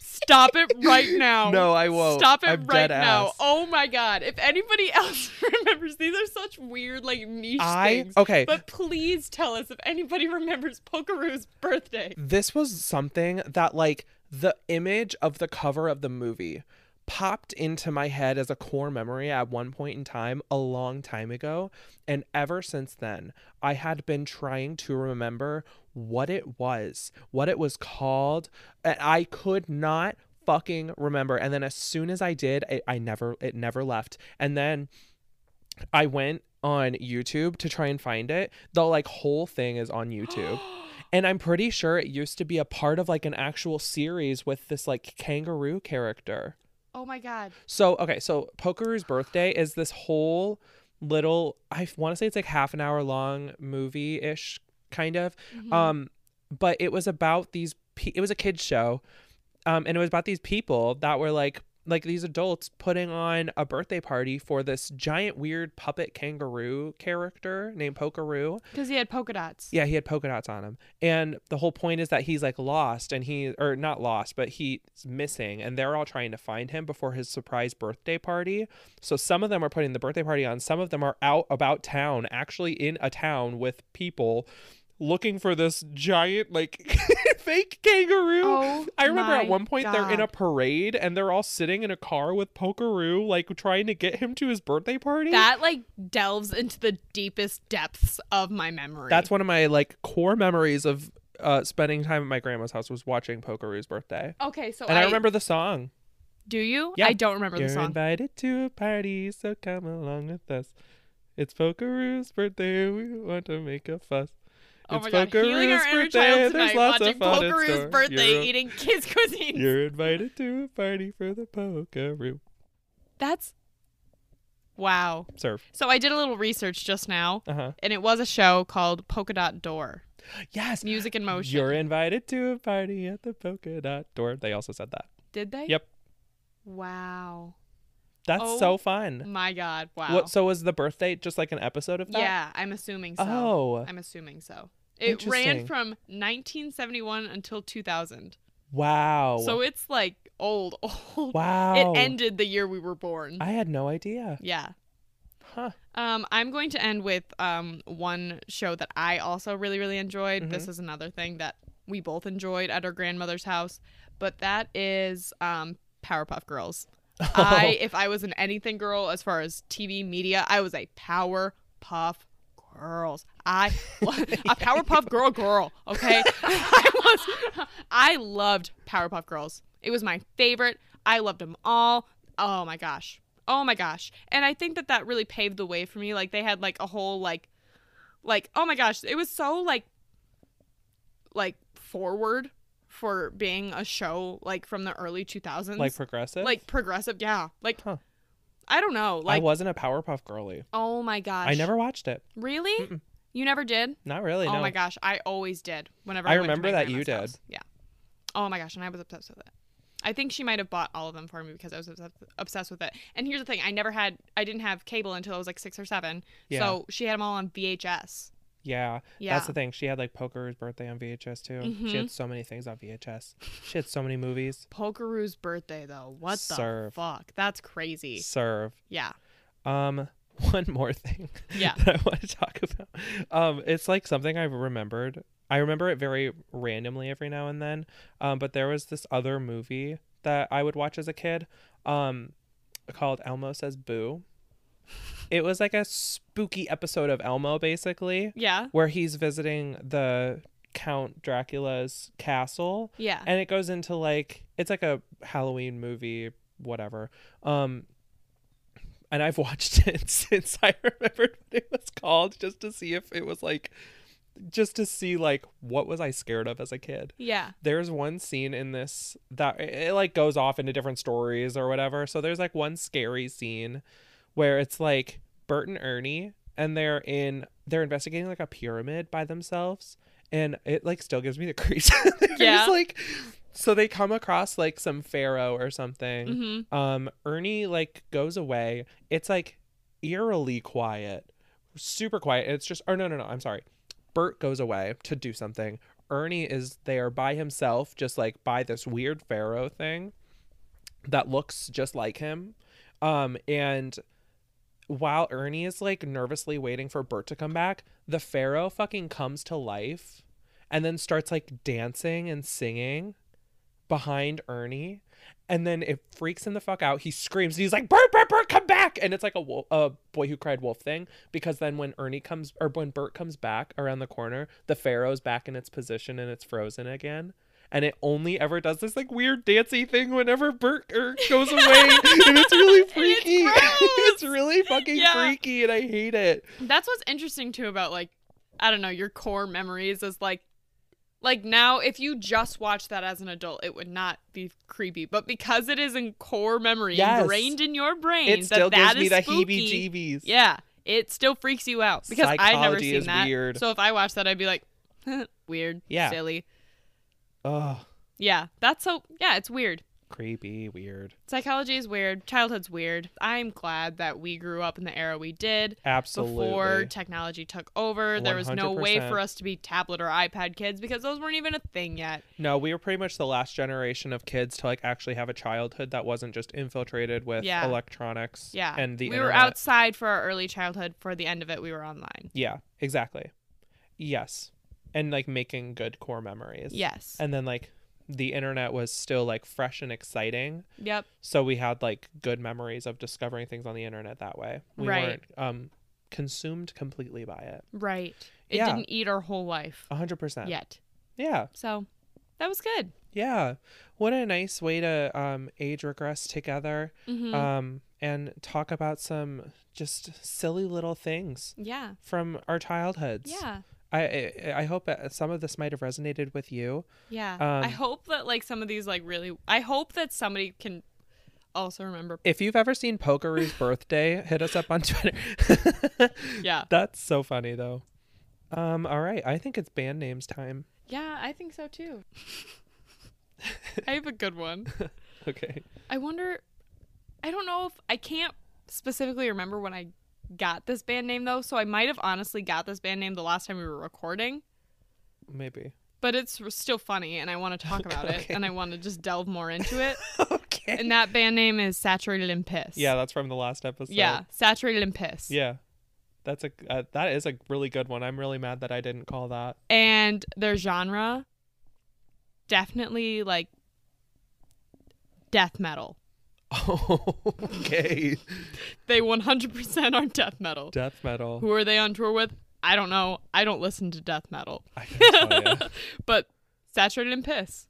[SPEAKER 2] Stop it right now.
[SPEAKER 1] No, I won't.
[SPEAKER 2] Stop it
[SPEAKER 1] I'm
[SPEAKER 2] right
[SPEAKER 1] dead
[SPEAKER 2] now.
[SPEAKER 1] ass.
[SPEAKER 2] Oh my god. If anybody else remembers, these are such weird, like niche
[SPEAKER 1] I
[SPEAKER 2] things.
[SPEAKER 1] okay.
[SPEAKER 2] But please tell us if anybody remembers Pokeroo's birthday.
[SPEAKER 1] this was something that like the image of the cover of the movie popped into my head as a core memory at one point in time a long time ago and ever since then i had been trying to remember what it was what it was called and i could not fucking remember and then as soon as i did i, I never it never left and then i went on youtube to try and find it the like whole thing is on youtube and I'm pretty sure it used to be a part of like an actual series with this like kangaroo character.
[SPEAKER 2] oh my god.
[SPEAKER 1] So, okay, so Pokeroo's birthday is this whole little I want to say it's like half an hour long movie-ish kind of.
[SPEAKER 2] Mhm.
[SPEAKER 1] Um but it was about these pe- it was a kids show. Um and it was about these people that were like like these adults putting on a birthday party for this giant weird puppet kangaroo character named Pokeroo.
[SPEAKER 2] Because he had polka dots.
[SPEAKER 1] Yeah, he had polka dots on him. And the whole point is that he's like lost and he or not lost, but he's missing and they're all trying to find him before his surprise birthday party. So some of them are putting the birthday party on, some of them are out about town, actually in a town with people looking for this giant like fake kangaroo.
[SPEAKER 2] Oh,
[SPEAKER 1] I remember at
[SPEAKER 2] my
[SPEAKER 1] one point they're in a
[SPEAKER 2] God.
[SPEAKER 1] parade and they're all sitting in a car with Pokeroo like trying to get him to his birthday party.
[SPEAKER 2] That like delves into the deepest depths of my memory.
[SPEAKER 1] That's one of my like core memories of uh, spending time at my grandma's house was watching Pokeroo's birthday.
[SPEAKER 2] Okay, so
[SPEAKER 1] And I remember the song.
[SPEAKER 2] Do you?
[SPEAKER 1] Yeah.
[SPEAKER 2] I don't Oh, remember
[SPEAKER 1] You're
[SPEAKER 2] the song.
[SPEAKER 1] invited to a party, so come along with us. It's Pokeroo's birthday. We want to make a fuss.
[SPEAKER 2] oh
[SPEAKER 1] it's
[SPEAKER 2] my god. Healing our
[SPEAKER 1] Pokeroo's
[SPEAKER 2] inner
[SPEAKER 1] birthday,
[SPEAKER 2] child
[SPEAKER 1] there's
[SPEAKER 2] tonight,
[SPEAKER 1] lots of
[SPEAKER 2] watching
[SPEAKER 1] fun in
[SPEAKER 2] Pokeroo's
[SPEAKER 1] store.
[SPEAKER 2] birthday,
[SPEAKER 1] You're-
[SPEAKER 2] eating kids' cuisine.
[SPEAKER 1] You're invited to a party for the Pokeroo.
[SPEAKER 2] That's wow.
[SPEAKER 1] Serve.
[SPEAKER 2] So I did a little research just now,
[SPEAKER 1] Uh huh.
[SPEAKER 2] and it was a show called Polka Dot Door
[SPEAKER 1] Yes.
[SPEAKER 2] Music in Motion.
[SPEAKER 1] You're invited to a party at the polka dot door. They also said that.
[SPEAKER 2] Did they?
[SPEAKER 1] Yep.
[SPEAKER 2] Wow.
[SPEAKER 1] That's
[SPEAKER 2] Oh
[SPEAKER 1] so fun.
[SPEAKER 2] My God. Wow.
[SPEAKER 1] What? So was the birthday just like an episode of that?
[SPEAKER 2] yeah, I'm assuming so.
[SPEAKER 1] Oh,
[SPEAKER 2] I'm assuming so. It ran
[SPEAKER 1] Interesting.
[SPEAKER 2] from 1971 until 2000.
[SPEAKER 1] Oh, wow.
[SPEAKER 2] So it's like old, old.
[SPEAKER 1] wow.
[SPEAKER 2] It ended the year we were born.
[SPEAKER 1] I had no idea.
[SPEAKER 2] yeah.
[SPEAKER 1] Huh.
[SPEAKER 2] Um, I'm going to end with um, one show that I also really, really enjoyed. This is another thing that we both enjoyed at our grandmother's house, but that is um, Powerpuff Girls. I, if I was an anything girl as far as TV media, I was a Powerpuff Girls. I was a Powerpuff Girl girl. Okay, I was. I loved Powerpuff Girls. It was my favorite. I loved them all. Oh my gosh. Oh my gosh. And I think that that really paved the way for me. Like they had like a whole like, like oh my gosh, it was so like, like forward for being a show like from the early 2000s.
[SPEAKER 1] Like progressive?
[SPEAKER 2] Like progressive, yeah. Like
[SPEAKER 1] Huh.
[SPEAKER 2] I don't know,
[SPEAKER 1] I
[SPEAKER 2] like
[SPEAKER 1] wasn't a Powerpuff Girlie.
[SPEAKER 2] oh my gosh.
[SPEAKER 1] I never watched it.
[SPEAKER 2] Really?
[SPEAKER 1] Mm-mm.
[SPEAKER 2] You never did?
[SPEAKER 1] Not really.
[SPEAKER 2] oh
[SPEAKER 1] no.
[SPEAKER 2] my gosh, I always did whenever
[SPEAKER 1] I
[SPEAKER 2] I, went to
[SPEAKER 1] remember
[SPEAKER 2] my
[SPEAKER 1] that you
[SPEAKER 2] grandma's
[SPEAKER 1] did.
[SPEAKER 2] house. Yeah. Oh my gosh, and I was obsessed with it. I think she might have bought all of them for me because I was obsessed- obsessed with it. And here's the thing: I never had, I didn't have cable until I was like six or seven.
[SPEAKER 1] Yeah.
[SPEAKER 2] So she had them all on
[SPEAKER 1] yeah.
[SPEAKER 2] VHS. Yeah. Mm-hmm.
[SPEAKER 1] That's the thing. She had like Poker's birthday on VHS too. She had so many things on VHS. She had so many movies.
[SPEAKER 2] Pokeroo's birthday though. What the
[SPEAKER 1] Serve.
[SPEAKER 2] fuck? That's crazy.
[SPEAKER 1] Serve.
[SPEAKER 2] Yeah.
[SPEAKER 1] Um, one more thing
[SPEAKER 2] Yeah.
[SPEAKER 1] that I want to talk about. Um, it's like something I've remembered. I remember it very randomly every now and then. Um, but there was this other movie that I would watch as a kid, um, called Elmo Says Boo. It was like a spooky episode of Elmo, basically,
[SPEAKER 2] Yeah.
[SPEAKER 1] where he's visiting the Count Dracula's castle
[SPEAKER 2] Yeah.
[SPEAKER 1] and it goes into like it's like a halloween movie whatever um and i've watched it since i remembered what it was called just to see if it was like just to see like what was i scared of as a kid
[SPEAKER 2] yeah.
[SPEAKER 1] there's one scene in this that it, it, like goes off into different stories or whatever so there's like one scary scene where it's like bert and ernie and they're in they're investigating like a pyramid by themselves and it like still gives me the creeps There's,
[SPEAKER 2] Yeah.
[SPEAKER 1] like so they come across like some pharaoh or something
[SPEAKER 2] Mm-hmm.
[SPEAKER 1] um ernie like goes away it's like eerily quiet super quiet it's just oh no no no i'm sorry bert goes away to do something ernie is there by himself just like by this weird pharaoh thing that looks just like him um and while ernie is like nervously waiting for bert to come back the pharaoh fucking comes to life and then starts like dancing and singing behind ernie and then it freaks him the fuck out. He screams. He's like, "Bert, Bert, Bert, come back!" And it's like a wolf, a boy who cried wolf thing. Because then when Ernie comes or when Bert comes back around the corner, the Pharaoh's back in its position and it's frozen again. And it only ever does this like weird dancey thing whenever Bert er, goes away, and it's really
[SPEAKER 2] And it's
[SPEAKER 1] freaky. It's,
[SPEAKER 2] gross.
[SPEAKER 1] really fucking
[SPEAKER 2] Yeah.
[SPEAKER 1] freaky, and I hate it.
[SPEAKER 2] That's what's interesting too about like I don't know, your core memories is like like now if you just watch that as an adult, it would not be creepy. But because it is in core memory,
[SPEAKER 1] Yes.
[SPEAKER 2] ingrained in your brain,
[SPEAKER 1] It still
[SPEAKER 2] that that
[SPEAKER 1] gives me
[SPEAKER 2] is
[SPEAKER 1] the
[SPEAKER 2] spooky,
[SPEAKER 1] heebie-jeebies.
[SPEAKER 2] Yeah. It still freaks you out. Because I've never
[SPEAKER 1] Psychology
[SPEAKER 2] seen
[SPEAKER 1] is
[SPEAKER 2] that.
[SPEAKER 1] weird.
[SPEAKER 2] So if I watched that I'd be like, weird,
[SPEAKER 1] Yeah.
[SPEAKER 2] silly.
[SPEAKER 1] Ugh,
[SPEAKER 2] Yeah. That's so yeah, it's weird.
[SPEAKER 1] creepy, weird.
[SPEAKER 2] Psychology is weird. Childhood's weird. I'm glad that we grew up in the era we did.
[SPEAKER 1] Absolutely.
[SPEAKER 2] before technology took over. There was no way
[SPEAKER 1] 100%.
[SPEAKER 2] for us to be tablet or iPad kids because those weren't even a thing yet.
[SPEAKER 1] No, we were pretty much the last generation of kids to like actually have a childhood that wasn't just infiltrated with
[SPEAKER 2] Yeah.
[SPEAKER 1] electronics
[SPEAKER 2] Yeah.
[SPEAKER 1] and the
[SPEAKER 2] we
[SPEAKER 1] internet.
[SPEAKER 2] were outside for our early childhood. For the end of it, we were online.
[SPEAKER 1] Yeah, exactly. Yes. And like making good core memories.
[SPEAKER 2] Yes.
[SPEAKER 1] And then like the internet was still like fresh and exciting.
[SPEAKER 2] yep.
[SPEAKER 1] So we had like good memories of discovering things on the internet that way. We
[SPEAKER 2] Right.
[SPEAKER 1] weren't um consumed completely by it.
[SPEAKER 2] Right. It
[SPEAKER 1] Yeah.
[SPEAKER 2] didn't eat our whole life
[SPEAKER 1] A hundred percent.
[SPEAKER 2] yet.
[SPEAKER 1] Yeah.
[SPEAKER 2] So that was good.
[SPEAKER 1] Yeah. What a nice way to um age regress together.
[SPEAKER 2] hmm
[SPEAKER 1] um, and talk about some just silly little things
[SPEAKER 2] yeah.
[SPEAKER 1] from our childhoods.
[SPEAKER 2] Yeah.
[SPEAKER 1] I I, I hope uh, some of this might have resonated with you.
[SPEAKER 2] Yeah. I
[SPEAKER 1] um,
[SPEAKER 2] hope that like some of these like really. I hope that somebody can also remember.
[SPEAKER 1] If you've ever seen Pokeroo's birthday, hit us up on Twitter.
[SPEAKER 2] Yeah.
[SPEAKER 1] That's so funny though. Um, all right, I think it's band names time.
[SPEAKER 2] Yeah, I think so too. I have a good one.
[SPEAKER 1] Okay.
[SPEAKER 2] I wonder. I don't know if I can't specifically remember when I got this band name though, so I might have honestly got this band name the last time we were recording.
[SPEAKER 1] Maybe.
[SPEAKER 2] But it's r- still funny, and I want to talk about it,
[SPEAKER 1] Okay.
[SPEAKER 2] and I want to just delve more into it.
[SPEAKER 1] okay.
[SPEAKER 2] and that band name is Saturated in Piss.
[SPEAKER 1] yeah, that's from the last episode.
[SPEAKER 2] yeah, Saturated in Piss.
[SPEAKER 1] Yeah. That's a uh, that is a really good one. I'm really mad that I didn't call that.
[SPEAKER 2] And their genre, definitely like death metal.
[SPEAKER 1] Oh, okay.
[SPEAKER 2] They 100% are death metal.
[SPEAKER 1] Death metal.
[SPEAKER 2] Who are they on tour with? I don't know. I don't listen to death metal.
[SPEAKER 1] I can tell you.
[SPEAKER 2] but saturated in piss.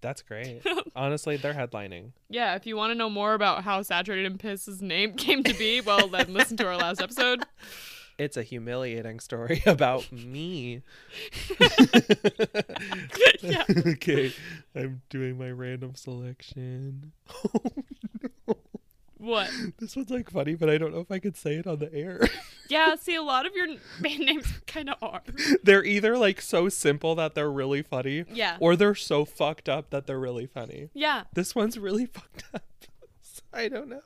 [SPEAKER 1] That's great. Honestly, they're headlining.
[SPEAKER 2] Yeah, if you want to know more about how saturated in piss's name came to be, well then listen to our last episode.
[SPEAKER 1] it's a humiliating story about me.
[SPEAKER 2] Yeah.
[SPEAKER 1] Okay, I'm doing my random selection. Oh no.
[SPEAKER 2] What?
[SPEAKER 1] This one's like funny, but I don't know if I could say it on the air.
[SPEAKER 2] Yeah, see, a lot of your n- band names kind of are.
[SPEAKER 1] they're either like so simple that they're really funny,
[SPEAKER 2] Yeah.
[SPEAKER 1] or they're so fucked up that they're really funny.
[SPEAKER 2] Yeah.
[SPEAKER 1] This one's really fucked up. I don't know.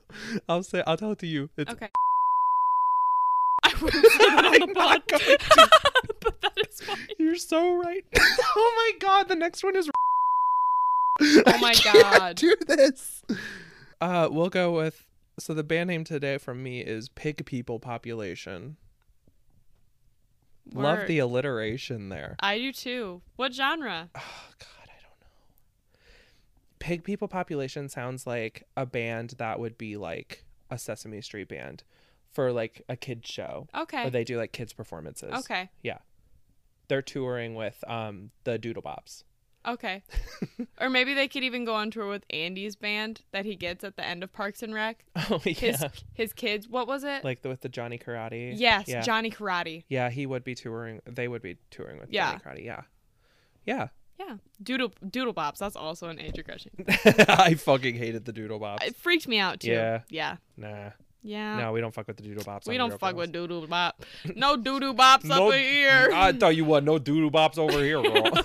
[SPEAKER 1] I'll say I'll tell it to you. It's
[SPEAKER 2] Okay. I would not say that on
[SPEAKER 1] I'm
[SPEAKER 2] the pod,
[SPEAKER 1] not going
[SPEAKER 2] but that is fine.
[SPEAKER 1] You're so right. oh my god, the next one is
[SPEAKER 2] Oh my God.
[SPEAKER 1] Do this. Uh we'll go with so the band name today from me is Pig People Population. Love
[SPEAKER 2] Word.
[SPEAKER 1] the alliteration there.
[SPEAKER 2] I do too. What genre?
[SPEAKER 1] Oh god, I don't know. Pig People Population sounds like a band that would be like a Sesame Street band for like a kids show.
[SPEAKER 2] Okay.
[SPEAKER 1] Or they do like kids performances.
[SPEAKER 2] okay.
[SPEAKER 1] They're touring with um the Doodle Bops.
[SPEAKER 2] Okay. or maybe they could even go on tour with Andy's band that he gets at the end of Parks and Rec.
[SPEAKER 1] Oh yeah.
[SPEAKER 2] His his kids. What was it?
[SPEAKER 1] like the, with the Johnny Karate.
[SPEAKER 2] yes,
[SPEAKER 1] yeah.
[SPEAKER 2] Johnny Karate.
[SPEAKER 1] yeah, he would be touring. They would be touring with
[SPEAKER 2] Yeah.
[SPEAKER 1] Johnny Karate. Yeah, yeah.
[SPEAKER 2] Yeah. Doodle Doodle Bops. That's also an age regression.
[SPEAKER 1] I fucking hated the Doodle Bops.
[SPEAKER 2] It freaked me out too.
[SPEAKER 1] Yeah.
[SPEAKER 2] Yeah.
[SPEAKER 1] Nah,
[SPEAKER 2] Yeah.
[SPEAKER 1] no, we don't fuck with the Doodle Bops.
[SPEAKER 2] We
[SPEAKER 1] on
[SPEAKER 2] don't
[SPEAKER 1] Real
[SPEAKER 2] fuck
[SPEAKER 1] Girls.
[SPEAKER 2] with doodle bop. No doodoo bops
[SPEAKER 1] No-
[SPEAKER 2] up in here.
[SPEAKER 1] I tell you what, no Doodle Bops over here, girl.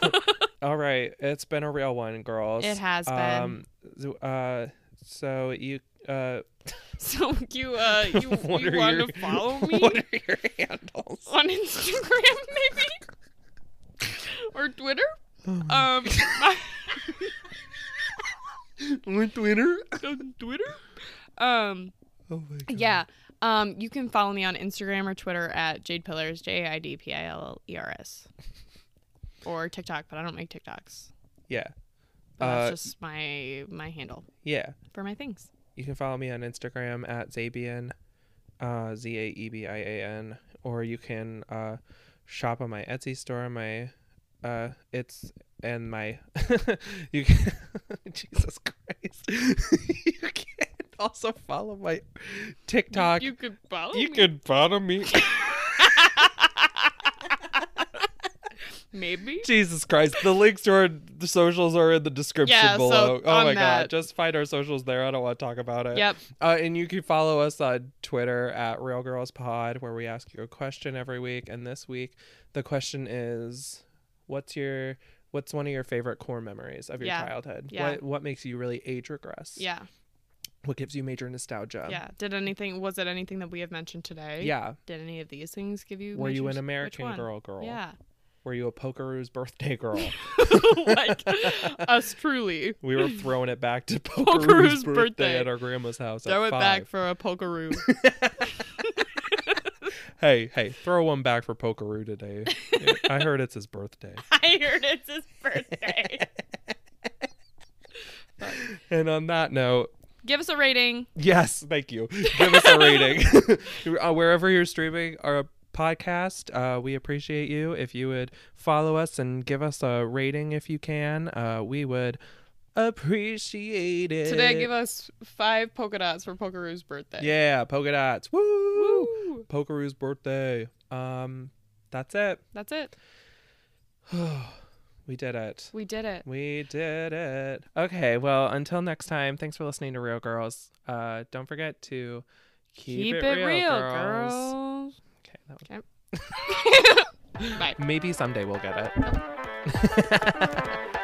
[SPEAKER 1] All right, it's been a real one, girls.
[SPEAKER 2] It has been.
[SPEAKER 1] Um, so- uh, so you uh,
[SPEAKER 2] so you uh you, you
[SPEAKER 1] what are
[SPEAKER 2] want
[SPEAKER 1] your-
[SPEAKER 2] to follow me
[SPEAKER 1] What are your handles?
[SPEAKER 2] on Instagram maybe or Twitter?
[SPEAKER 1] Oh
[SPEAKER 2] Um, my-
[SPEAKER 1] On Twitter.
[SPEAKER 2] on Twitter. Um,
[SPEAKER 1] Oh my god.
[SPEAKER 2] yeah. Um, you can follow me on Instagram or Twitter at Jade Pillars J I D P I L E R S, or TikTok, but I don't make TikToks.
[SPEAKER 1] Yeah.
[SPEAKER 2] But
[SPEAKER 1] Uh,
[SPEAKER 2] that's just my my handle
[SPEAKER 1] Yeah.
[SPEAKER 2] for my things.
[SPEAKER 1] You can follow me on Instagram at Zabian, uh, Z A E B I A N, or you can uh, shop on my Etsy store. My uh, it's and my you can Jesus Christ. you can also follow my TikTok.
[SPEAKER 2] You could follow me.
[SPEAKER 1] can follow me.
[SPEAKER 2] maybe.
[SPEAKER 1] Jesus Christ. The links to our d- socials are in the description
[SPEAKER 2] Yeah, so
[SPEAKER 1] below. oh
[SPEAKER 2] on
[SPEAKER 1] my
[SPEAKER 2] that-
[SPEAKER 1] god. Just find our socials there. I don't want to talk about it.
[SPEAKER 2] Yep.
[SPEAKER 1] Uh, and you can follow us on Twitter at Real Girls Pod, where we ask you a question every week. And this week, the question is, what's your what's one of your favorite core memories of your
[SPEAKER 2] Yeah.
[SPEAKER 1] childhood?
[SPEAKER 2] Yeah.
[SPEAKER 1] What what makes you really age regress?
[SPEAKER 2] Yeah.
[SPEAKER 1] What gives you major nostalgia?
[SPEAKER 2] Yeah. Did anything? Was it anything that we have mentioned today?
[SPEAKER 1] um, Yeah.
[SPEAKER 2] Did any of these things give you?
[SPEAKER 1] Were you
[SPEAKER 2] major-
[SPEAKER 1] an
[SPEAKER 2] which
[SPEAKER 1] American
[SPEAKER 2] one?
[SPEAKER 1] girl girl?
[SPEAKER 2] Yeah.
[SPEAKER 1] Were you a Pokeroo's birthday girl?
[SPEAKER 2] like us truly.
[SPEAKER 1] we were throwing it back to Pokeroo's,
[SPEAKER 2] Pokeroo's
[SPEAKER 1] birthday,
[SPEAKER 2] birthday.
[SPEAKER 1] at our grandma's house.
[SPEAKER 2] Throw
[SPEAKER 1] at
[SPEAKER 2] it
[SPEAKER 1] five.
[SPEAKER 2] back for a pokeroo.
[SPEAKER 1] Hey, hey, throw one back for Pokeroo today. I heard it's his birthday.
[SPEAKER 2] I heard it's his birthday.
[SPEAKER 1] And on that note,
[SPEAKER 2] Give us a rating.
[SPEAKER 1] Yes, thank you. Give us a rating uh, wherever you're streaming our podcast. Uh, we appreciate you. If you would follow us and give us a rating if you can, uh, we would appreciate it.
[SPEAKER 2] Today, give us five polka dots for Pokeroo's birthday.
[SPEAKER 1] yeah, polka dots. Woo!
[SPEAKER 2] Woo.
[SPEAKER 1] Pokeroo's birthday. Um, that's it.
[SPEAKER 2] That's it.
[SPEAKER 1] we did it.
[SPEAKER 2] We did it.
[SPEAKER 1] We did it. Okay, well, until next time, thanks for listening to Real Girls. Uh, don't forget to keep,
[SPEAKER 2] Keep,
[SPEAKER 1] it, real, girls. Okay, that was-
[SPEAKER 2] girls. Bye.
[SPEAKER 1] Maybe someday we'll get it.